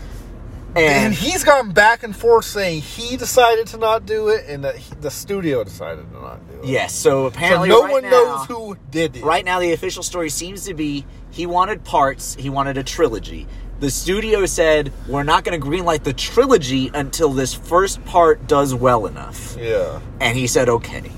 S1: And
S2: And
S1: he's gone back and forth saying he decided to not do it, and that he, the studio decided to not do it.
S2: yes. So
S1: So
S2: apparently,
S1: no
S2: right
S1: one
S2: now-
S1: knows who did it.
S2: Right now, the official story seems to be he wanted parts, he wanted a trilogy. The studio said, We're not going to greenlight the trilogy until this first part does well enough.
S1: Yeah.
S2: And he said, Okay.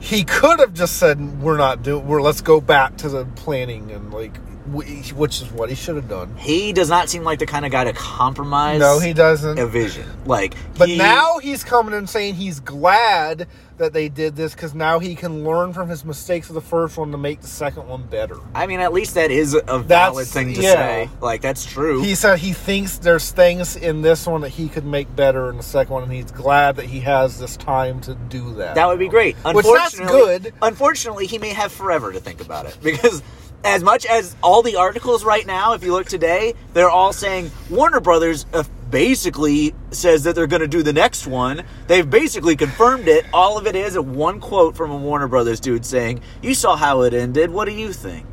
S1: he could have just said we're not doing we're let's go back to the planning and like we, which is what he should have done
S2: He does not seem like the kind of guy to compromise
S1: no he doesn't
S2: a vision. Like,
S1: but
S2: he-
S1: now he's coming and saying he's glad that they did this because now he can learn from his mistakes of the first one to make the second one better
S2: I mean, at least that is a valid
S1: That's-
S2: thing to
S1: yeah.
S2: say. Like, that's true.
S1: he said he thinks there's things in this one that he could make better in the second one and he's glad that he has this time to do that
S2: That would be great.
S1: Which that's good.
S2: Unfortunately, he may have forever to think about it because as much as all the articles right now, if you look today, they're all saying Warner Brothers uh, basically says that they're going to do the next one. They've basically confirmed it. All of it is a one quote from a Warner Brothers dude saying, "You saw how it ended. What do you think?"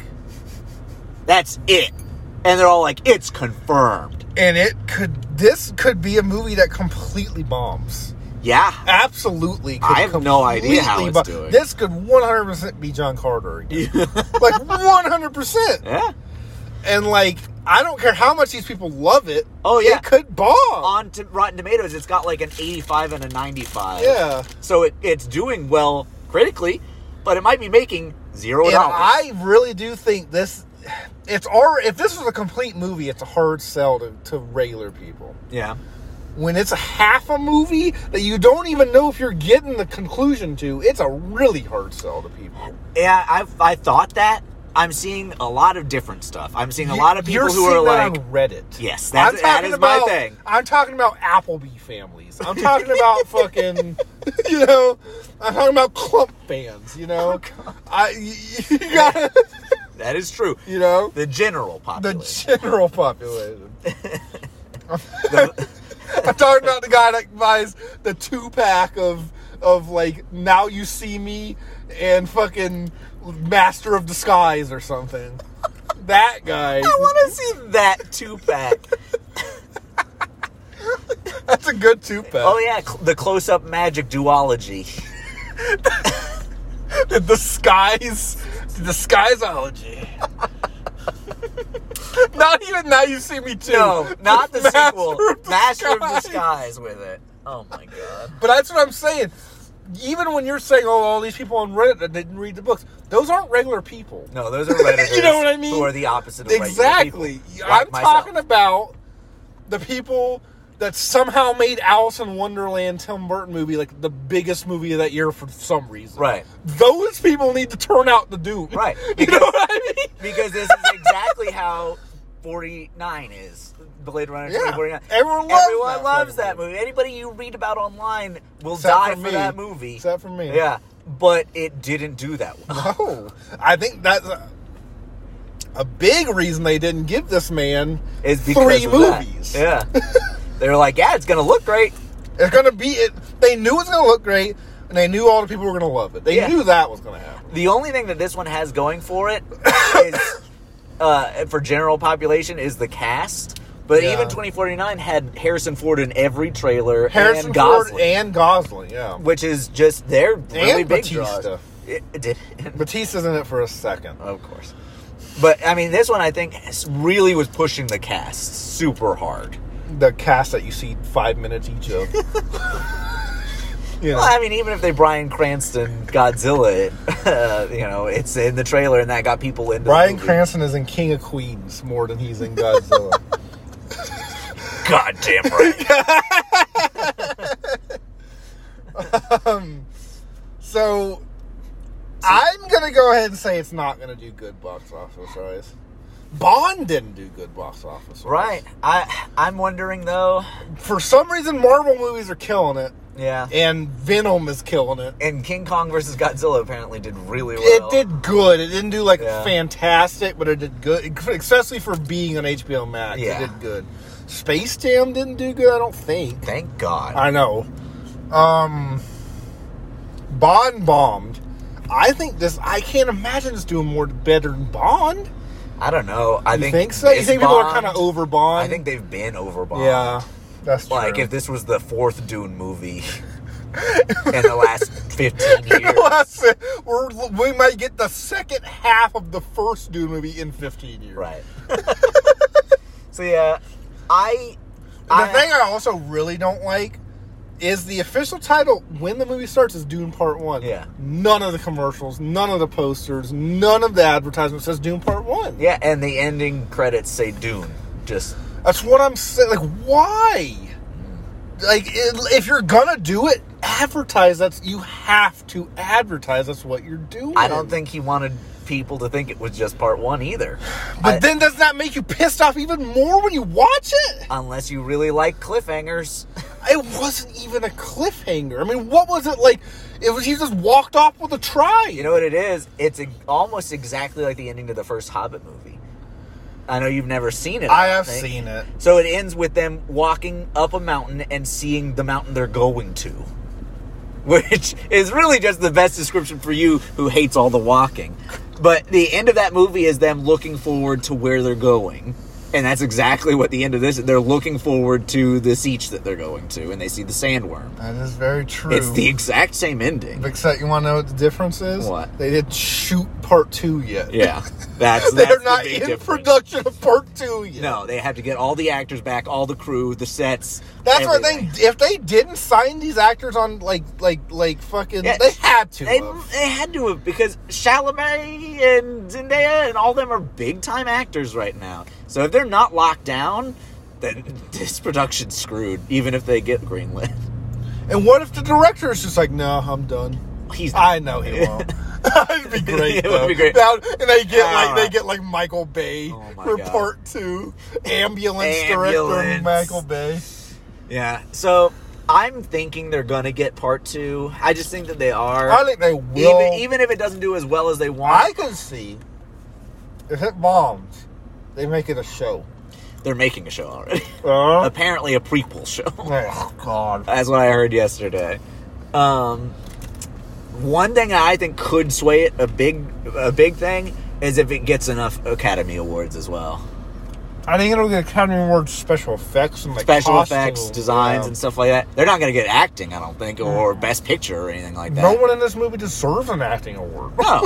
S2: That's it. And they're all like, "It's confirmed."
S1: and it could this could be a movie that completely bombs
S2: Yeah.
S1: absolutely could
S2: I have no idea how
S1: completely
S2: it's
S1: bu-
S2: doing.
S1: This could 100% be John Carter again. like 100%.
S2: Yeah.
S1: And like I don't care how much these people love it.
S2: Oh, yeah. Uh,
S1: It could bomb.
S2: on to Rotten Tomatoes, it's got like an 85 and a 95.
S1: Yeah.
S2: So it, it's doing well critically, but it might be making zero
S1: and
S2: dollars.
S1: I really do think this it's already if this was a complete movie, it's a hard sell to, to regular people.
S2: Yeah.
S1: When it's a half a movie that you don't even know if you're getting the conclusion to, it's a really hard sell to people.
S2: Yeah, I've, I thought that. I'm seeing a lot of different stuff. I'm seeing a lot of people
S1: You're
S2: who are
S1: seeing that
S2: like,
S1: on Reddit.
S2: Yes, that-
S1: I'm
S2: that
S1: talking
S2: is my
S1: about,
S2: thing.
S1: I'm talking about Applebee families. I'm talking about fucking, you know, I'm talking about clump fans. You
S2: Oh,
S1: know, I you gotta,
S2: that is true.
S1: you know,
S2: The general
S1: the
S2: population.
S1: general population. I'm talking about the guy that buys the two pack of of like now you see me and fucking master of disguise or something. That guy.
S2: I want to see that two pack.
S1: That's a good two pack.
S2: oh yeah, cl- the close up magic duology.
S1: The disguise, the disguiseology. Not even now you see me too.
S2: No, not the
S1: Master
S2: sequel.
S1: of
S2: Master of
S1: Disguise.
S2: Disguise with it. Oh my god.
S1: But that's what I'm saying. Even when you're saying, "Oh, all these people on Reddit that didn't read the books," those aren't regular people.
S2: No, those are redditors.
S1: You know what I mean?
S2: Who are the opposite of regular
S1: exactly.
S2: people, like
S1: I'm
S2: myself.
S1: talking about the people that somehow made Alice in Wonderland, Tim Burton movie, like the biggest movie of that year for some reason.
S2: Right.
S1: Those people need to turn out the doom.
S2: Right.
S1: you know what I mean?
S2: because this is exactly how 49 is. Blade Runner
S1: Yeah.
S2: 2049.
S1: Everyone loves
S2: Everyone
S1: that
S2: loves
S1: fucking
S2: that
S1: movie.
S2: movie. Anybody you read about online will
S1: Except
S2: die
S1: for
S2: for,
S1: me.
S2: that movie.
S1: Except for me.
S2: Yeah, but it didn't do that well.
S1: Oh, I think that's a, a big reason they didn't give this man
S2: It's because
S1: three
S2: of that.
S1: movies.
S2: Yeah. They're like, yeah, it's gonna look great.
S1: It's gonna be it. They knew it was gonna look great, and they knew all the people were gonna love it. They
S2: Yeah.
S1: knew that was gonna happen.
S2: The only thing that this one has going for it is uh, for general population is the cast. But
S1: Yeah.
S2: even 2049 had Harrison Ford in every trailer
S1: Harrison
S2: and
S1: Ford
S2: Gosling,
S1: and Gosling. Yeah,
S2: which is just their really big draws.
S1: Batista.
S2: It, it did,
S1: Batista's in it for a second.
S2: of course. But I mean, this one I think s- really was pushing the cast super hard.
S1: The cast that you see five minutes each of. you know,
S2: Well, I mean, even if they Brian Cranston Godzilla, it, you know, it's in the trailer and that got people into
S1: Bryan
S2: the movie.
S1: Cranston is in King of Queens more than he's in Godzilla.
S2: God damn right.
S1: So I'm gonna go ahead and say it's not gonna do good box office wise. Bond didn't do good box office, wise.
S2: right. I I'm wondering though.
S1: For some reason, Marvel movies are killing it,
S2: Yeah.
S1: and Venom is killing it.
S2: and King Kong versus Godzilla apparently did really well.
S1: It did good. It didn't do like
S2: Yeah.
S1: fantastic, but it did good, especially for being on HBO Max.
S2: Yeah.
S1: It did good. Space Jam didn't do good, I don't think.
S2: Thank God.
S1: I know. Um, Bond bombed. I think this. I can't imagine this doing more better than Bond.
S2: I don't know. I
S1: You think,
S2: think
S1: so? You
S2: this
S1: think people are
S2: Bond-
S1: kind of over Bond?
S2: I think they've been over Bond.
S1: Yeah, that's
S2: Like
S1: true.
S2: if this was the fourth Dune movie in the last fifteen years.
S1: Listen, we're, we might get the second half of the first Dune movie in 15 years.
S2: Right. so yeah, I.
S1: The
S2: I,
S1: thing I also really don't like is the official title when the movie starts is Dune Part 1.
S2: Yeah.
S1: None of the commercials, none of the posters, none of the advertisements says Dune Part 1.
S2: Yeah, and the ending credits say Dune. Just
S1: That's what I'm saying. Like, why? Like, it, if you're gonna do it, advertise. That's you have to advertise. That's what you're doing.
S2: I don't think he wanted people to think it was just part one either.
S1: But
S2: I-
S1: then, does that make you pissed off even more when you watch it?
S2: unless you really like cliffhangers.
S1: It wasn't even a cliffhanger. I mean, what was it like? It was he just walked off with a try.
S2: You know what it is? It's e- almost exactly like the ending to the first Hobbit movie. I know you've never seen it.
S1: I
S2: don't
S1: have
S2: think.
S1: seen it.
S2: So it ends with them walking up a mountain and seeing the mountain they're going to, which is really just the best description for you who hates all the walking. But the end of that movie is them looking forward to where they're going. And that's exactly what the end of this. They're looking forward to this each that they're going to, and they see the sandworm.
S1: That is very true.
S2: It's the exact same ending.
S1: Except you want to know what the difference is?
S2: What?
S1: They didn't shoot part two yet.
S2: Yeah, that's, that's
S1: They're
S2: the
S1: not
S2: big
S1: in
S2: difference.
S1: production of part two yet.
S2: No, they have to get all the actors back, all the crew, the sets.
S1: That's what
S2: everything.
S1: they. If they didn't sign these actors on, like, like, like, fucking,
S2: Yeah,
S1: they had to.
S2: They,
S1: have.
S2: they had to have because Chalamet and Zendaya and all them are big time actors right now. So if they're not locked down, then this production's screwed. Even if they get greenlit,
S1: And what if the director is just like, no, I'm done.
S2: he's not.
S1: I know he won't. It'd be great.
S2: It would
S1: though.
S2: be great.
S1: Now- and they get like
S2: Ah.
S1: they get like Michael Bay
S2: Oh my
S1: for
S2: God.
S1: part two, ambulance, director
S2: Ambulance.
S1: Michael Bay.
S2: yeah. So I'm thinking they're gonna get part two. I just think that they are.
S1: I think they will.
S2: even even if it doesn't do as well as they want,
S1: I can see if it bombs, they make it a show.
S2: they're making a show already.
S1: Uh,
S2: Apparently, a prequel show.
S1: oh God!
S2: That's what I heard yesterday. Um, one thing I think could sway it a big a big thing is if it gets enough Academy Awards as well,
S1: I think it'll get Academy Award special effects and like
S2: special
S1: costume.
S2: effects, designs,
S1: Yeah.
S2: and stuff like that. They're not going to get acting, I don't think, or Best Picture or anything like that.
S1: Mm. No one in this movie deserves an acting award.
S2: No,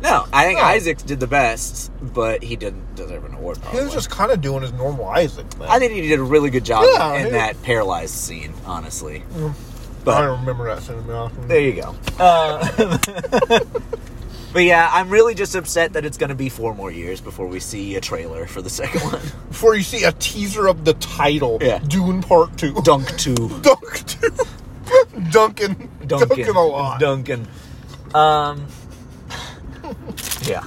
S2: no. I think
S1: No.
S2: Isaacs did the best, but he didn't deserve an award.
S1: He
S2: Probably.
S1: was just kind of doing his normal Isaac. Thing.
S2: I think he did a really good job
S1: Yeah,
S2: in
S1: he-
S2: that paralyzed scene, honestly.
S1: Mm.
S2: But
S1: I don't remember that cinema.
S2: There you go. Uh, but yeah, I'm really just upset that it's going to be four more years before we see a trailer for the second one.
S1: Before you see a teaser of the title,
S2: Yeah.
S1: Dune Part Two,
S2: Dunk two.
S1: Dunk Two, Duncan,
S2: Duncan.
S1: Duncan a lot.
S2: Duncan. Um. yeah.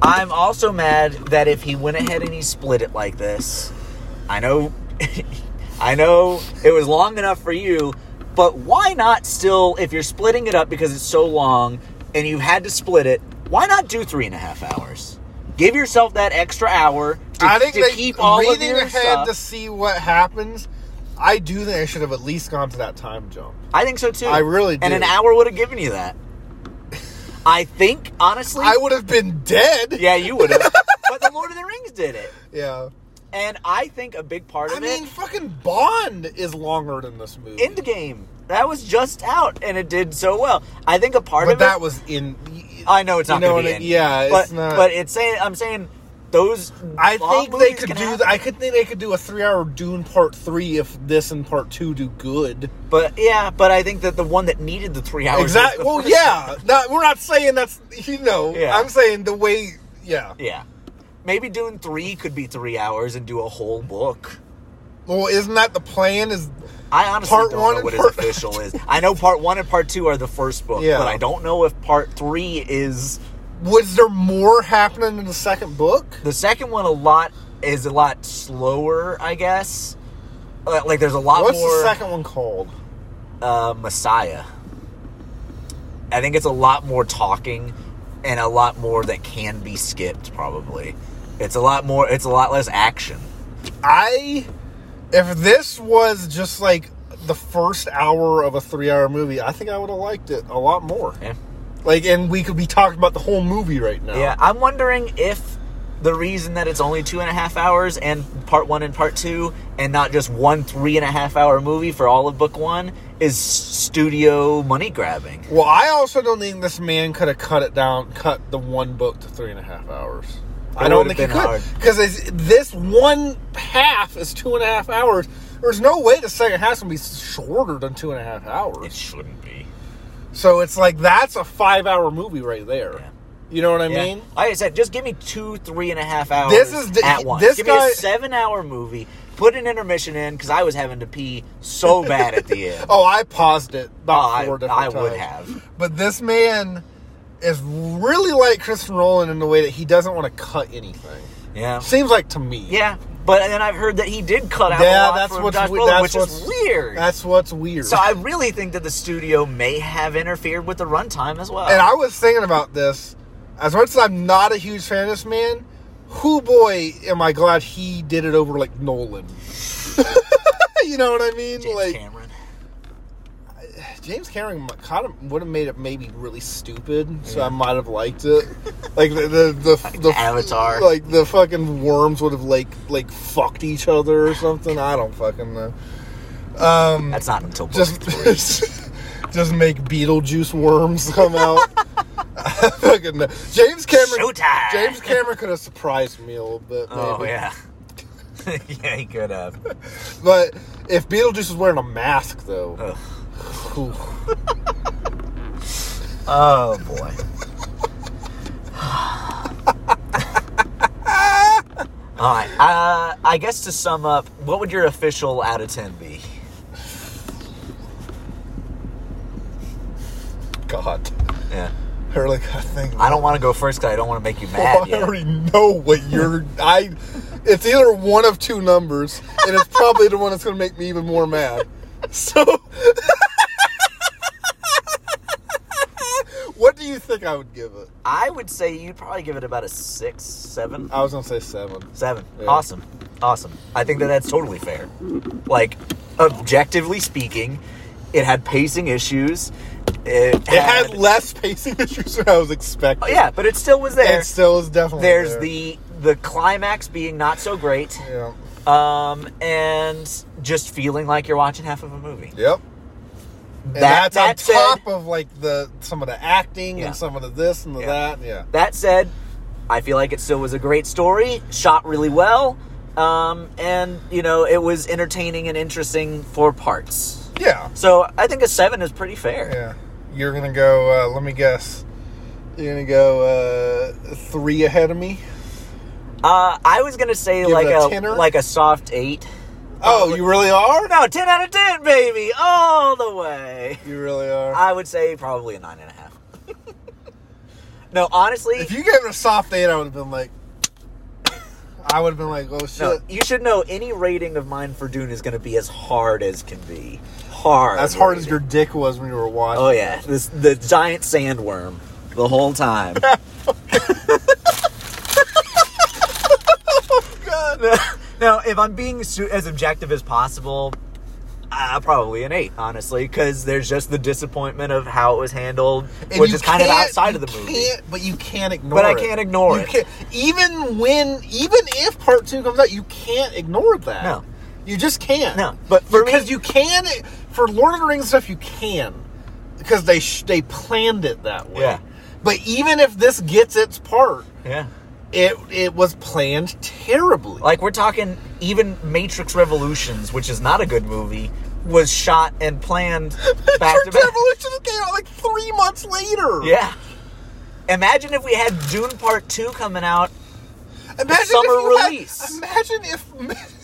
S2: I'm also mad that if he went ahead and he split it like this, I know, I know it was long enough for you, but why not still? If you're splitting it up because it's so long and you had to split it, why not do three and a half hours? Give yourself that extra hour to,
S1: I think
S2: to
S1: they
S2: keep all of
S1: reading
S2: your
S1: ahead
S2: stuff.
S1: to see what happens. I do think I should have at least gone to that time jump.
S2: I think so too.
S1: I really
S2: And
S1: do.
S2: an hour would have given you that. I think honestly,
S1: I would have been dead.
S2: Yeah, you would have. but the Lord of the Rings did it.
S1: Yeah.
S2: And I think a big part of
S1: I mean,
S2: it,
S1: fucking Bond is longer than this movie.
S2: Endgame, that was just out and it did so well. I think a part
S1: but
S2: of
S1: that
S2: it,
S1: was in.
S2: I know it's
S1: you
S2: not
S1: know
S2: going to
S1: what
S2: be
S1: I-
S2: Endgame,
S1: yeah,
S2: but,
S1: it's not-
S2: But it's saying, I'm saying those.
S1: I
S2: long
S1: think they
S2: movies
S1: could do.
S2: can
S1: th-
S2: happen.
S1: I could think they could do a three-hour Dune Part Three if this and Part Two do good.
S2: But yeah, but I think that the one that needed the three hours. was
S1: Exactly.
S2: the
S1: Well,
S2: first-
S1: yeah. Not, we're not saying that's you know.
S2: Yeah.
S1: I'm saying the way. Yeah.
S2: Yeah. Maybe doing three could be three hours and do a whole book.
S1: Well, isn't that the plan? Is
S2: I honestly
S1: Part
S2: don't
S1: one
S2: know
S1: and
S2: what his
S1: part-
S2: official is. I know part one and part two are the first book,
S1: Yeah.
S2: but I don't know if part three is
S1: was there more happening in the second book?
S2: The second one a lot is a lot slower, I guess. Uh, Like there's a lot
S1: What's
S2: more
S1: the second one called?
S2: uh, Messiah. I think it's a lot more talking and a lot more that can be skipped. Probably, it's a lot more. It's a lot less action.
S1: I if this was just like the first hour of a three-hour movie, I think I would have liked it a lot more.
S2: Yeah.
S1: Like, and we could be talking about the whole movie right now.
S2: Yeah, I'm wondering if the reason that it's only two and a half hours and part one and part two, and not just one three and a half hour movie for all of book one, is studio money grabbing.
S1: Well, I also don't think this man could have cut it down, cut the one book to three and a half hours. I don't
S2: would've
S1: think he
S2: been
S1: could
S2: hard.
S1: because this one half is two and a half hours. There's no way the second half's gonna be shorter than two and a half hours.
S2: shouldn't be.
S1: So it's like that's a five-hour movie right there.
S2: Yeah.
S1: You know what I
S2: Yeah.
S1: mean?
S2: like I said, just give me two, three and a half hours.
S1: This is the-
S2: at once.
S1: this
S2: give me
S1: guy-
S2: a seven-hour movie. Put an intermission in because I was having to pee so bad at the end.
S1: Oh, I paused it
S2: Oh,
S1: about
S2: I-
S1: four different
S2: I
S1: times.
S2: would have.
S1: But this man is really like Kristen Roland in the way that he doesn't want to cut anything.
S2: Yeah,
S1: Seems like to me.
S2: yeah. But then I've heard that he did cut out. a
S1: Yeah,
S2: lot
S1: that's
S2: from
S1: what's
S2: Josh
S1: we-
S2: Brolin,
S1: that's
S2: which
S1: what's
S2: is weird.
S1: That's what's weird.
S2: so I really think that the studio may have interfered with the runtime as well.
S1: and I was thinking about this. As much as I'm not a huge fan of this man, who boy am I glad he did it over like Nolan. you know what I mean?
S2: James
S1: like
S2: Cameron.
S1: James Cameron kind of would have made it maybe really stupid, so I might have liked it. like the the the, the
S2: Avatar.
S1: like the fucking worms would have like like fucked each other or something. I don't fucking know. Um,
S2: That's not until book
S1: just
S2: three.
S1: just make Beetlejuice worms come out. I fucking know. James Cameron.
S2: Showtime!
S1: James Cameron could have surprised me a little bit.
S2: Oh
S1: maybe.
S2: yeah, yeah, he could have.
S1: But if Beetlejuice was wearing a mask, though.
S2: Ugh.
S1: Oof.
S2: Oh boy. All right. Uh, I guess to sum up, what would your official out of ten be?
S1: God.
S2: Yeah.
S1: Or like I think
S2: I don't want to go first because I don't want to make you
S1: Well,
S2: mad.
S1: Oh, I
S2: yet.
S1: already know what you're. I. It's either one of two numbers, and it's probably the one that's going to make me even more mad. So, what do you think I would give it?
S2: I would say you'd probably give it about a six, seven,
S1: I was going to say seven.
S2: seven.
S1: Yeah.
S2: Awesome, awesome. I think that that's totally fair. Like, objectively speaking, it had pacing issues. It,
S1: It had less pacing issues than I was
S2: Oh,
S1: expecting.
S2: yeah, but it still was there.
S1: it still is definitely.
S2: there's
S1: there.
S2: the the climax being not so great
S1: Yeah.
S2: um and just feeling like you're watching half of a movie
S1: Yep. And
S2: That-
S1: that's on
S2: that said-
S1: top of like the some of the acting
S2: Yeah.
S1: and some of the this and the
S2: Yeah.
S1: that. Yeah.
S2: that said i feel like it still was a great story shot really well um and you know it was entertaining and interesting for parts
S1: Yeah.
S2: so i think a seven is pretty fair
S1: Yeah. You're gonna go. Uh, let me guess. You're gonna go uh, three ahead of me.
S2: uh i was gonna say
S1: Give it
S2: like
S1: a
S2: a,
S1: tenner?
S2: like a soft eight
S1: Oh, you really are.
S2: no 10 out of 10 baby all the way
S1: You really are.
S2: I would say probably a nine and a half. no, honestly,
S1: if you gave it a soft eight, I would have been like, I would have been like, oh shit.
S2: no, you should know any rating of mine for Dune is going to be as hard as can be. Hard.
S1: As hard as
S2: rating.
S1: your dick was when you were watching.
S2: Oh yeah, this the giant sandworm the whole time. now, if I'm being su- as objective as possible, uh, probably an eight, honestly, because there's just the disappointment of how it was handled,
S1: And
S2: which
S1: you
S2: is kind of
S1: can't-
S2: outside of
S1: you
S2: the movie.
S1: can't- but you can't ignore.
S2: But I
S1: it.
S2: can't ignore
S1: You
S2: it.
S1: can't- even when, even if part two comes out, you can't ignore that.
S2: No.
S1: you just can't.
S2: No, but for me-
S1: because you can for Lord of the Rings stuff, you can because they sh- they planned it that way.
S2: Yeah.
S1: But even if this gets its part,
S2: Yeah.
S1: it it was planned terribly.
S2: Like we're talking even Matrix Revolutions, which is not a good movie, was shot and planned back to
S1: Matrix
S2: back.
S1: Revolution came out like three months later.
S2: Yeah. Imagine if we had Dune Part 2 coming out.
S1: Imagine
S2: summer
S1: if you had-
S2: release.
S1: imagine if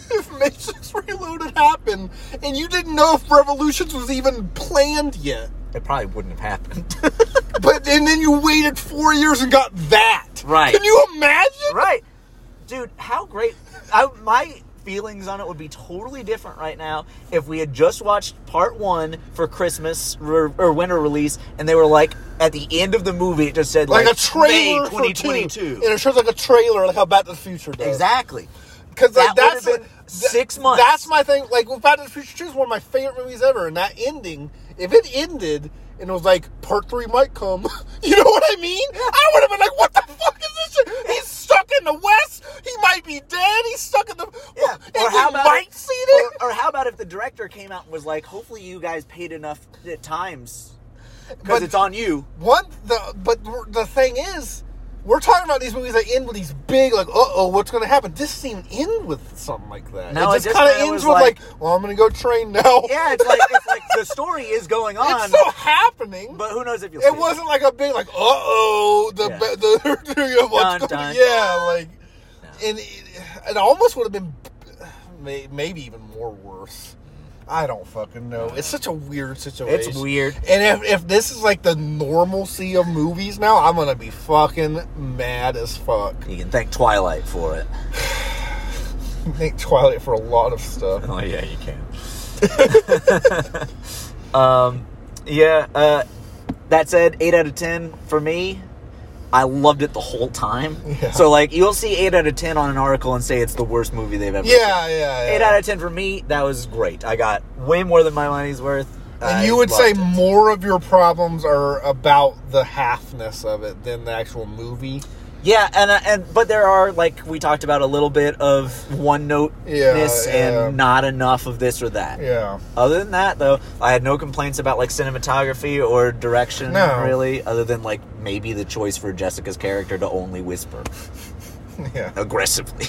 S1: if Matrix Reloaded happened and you didn't know if Revolutions was even planned yet.
S2: It probably wouldn't have happened.
S1: But and then you waited four years and got that.
S2: Right.
S1: Can you imagine?
S2: right. Dude, how great. I, my feelings on it would be totally different right now if we had just watched Part 1 for Christmas or, or winter release and they were like, at the end of the movie, it just said,
S1: Like,
S2: like,
S1: a trailer
S2: May
S1: for two,
S2: 2022.
S1: and it shows like a trailer, like how Back to the Future does.
S2: Exactly.
S1: Because like,
S2: That
S1: that's
S2: would've
S1: that-
S2: been six months.
S1: That's my thing. Like with Back to the Future Two is one of my favorite movies ever, and that ending, if it ended and it was like part three might come, you know what I mean? I would have been like, what the fuck is this shit? He's stuck in the West. He might be dead. He's stuck in the.
S2: Yeah.
S1: And
S2: Or how
S1: we
S2: about
S1: might see this.
S2: Or, or how about if the director came out and was like, "Hopefully, you guys paid enough at times because
S1: But-
S2: it's on you."
S1: One the but the thing is. We're talking about these movies that end with these big, like, uh oh, what's going to happen? This didn't even end with something like that.
S2: No,
S1: it
S2: it
S1: just
S2: just
S1: kind of
S2: kinda
S1: ends
S2: was
S1: with, like,
S2: like-
S1: well, I'm going to go train now.
S2: Yeah, it's like it's like the story is going on,
S1: It's still happening.
S2: but who knows if you'll. see
S1: it wasn't like a big like uh oh the
S2: Yeah.
S1: the, the you know, what's
S2: Dun,
S1: going-
S2: dun,
S1: yeah like
S2: No.
S1: and it, it almost would have been may, maybe even more worse. I don't fucking know. It's such a weird situation.
S2: It's weird.
S1: And if, if this is like the normalcy of movies now, I'm gonna be fucking mad as fuck.
S2: You can thank Twilight for it.
S1: I think Twilight for a lot of stuff.
S2: Oh yeah, you can. um, yeah. Uh, that said, eight out of ten for me. I loved it the whole time.
S1: Yeah.
S2: So like, you'll see eight out of ten on an article and say it's the worst movie they've ever. uh,
S1: Yeah, yeah, yeah.
S2: Eight out of ten for me. That was great. I got way more than my money's worth.
S1: And
S2: I
S1: you would say
S2: loved it.
S1: more of your problems are about the halfness of it than the actual movie.
S2: Yeah, and uh, and but there are like we talked about a little bit of one note
S1: Yeah, yeah.
S2: and not enough of this or that.
S1: Yeah.
S2: Other than that, though, I had no complaints about like cinematography or direction.
S1: No.
S2: really, other than like maybe the choice for Jessica's character to only whisper
S1: Yeah.
S2: aggressively.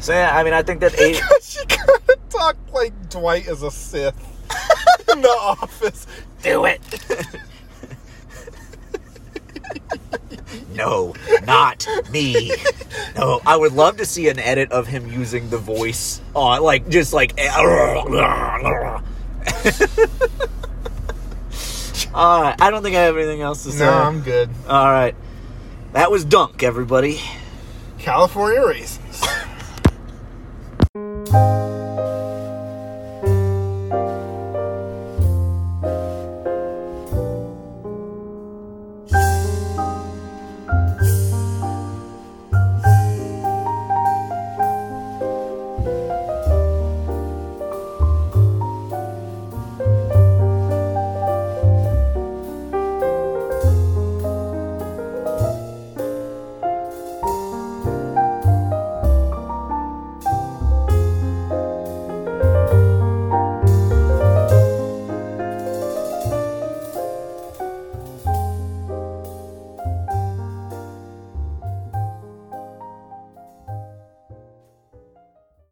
S2: so yeah, I mean, I think that eight.
S1: she kind of talked like Dwight is a Sith in the office.
S2: Do it. no, not me. No, I would love to see an edit of him using the voice on, like, just like. uh, I don't think I have anything else to say.
S1: No, I'm good.
S2: All right. That was Dunk, everybody.
S1: California raisins.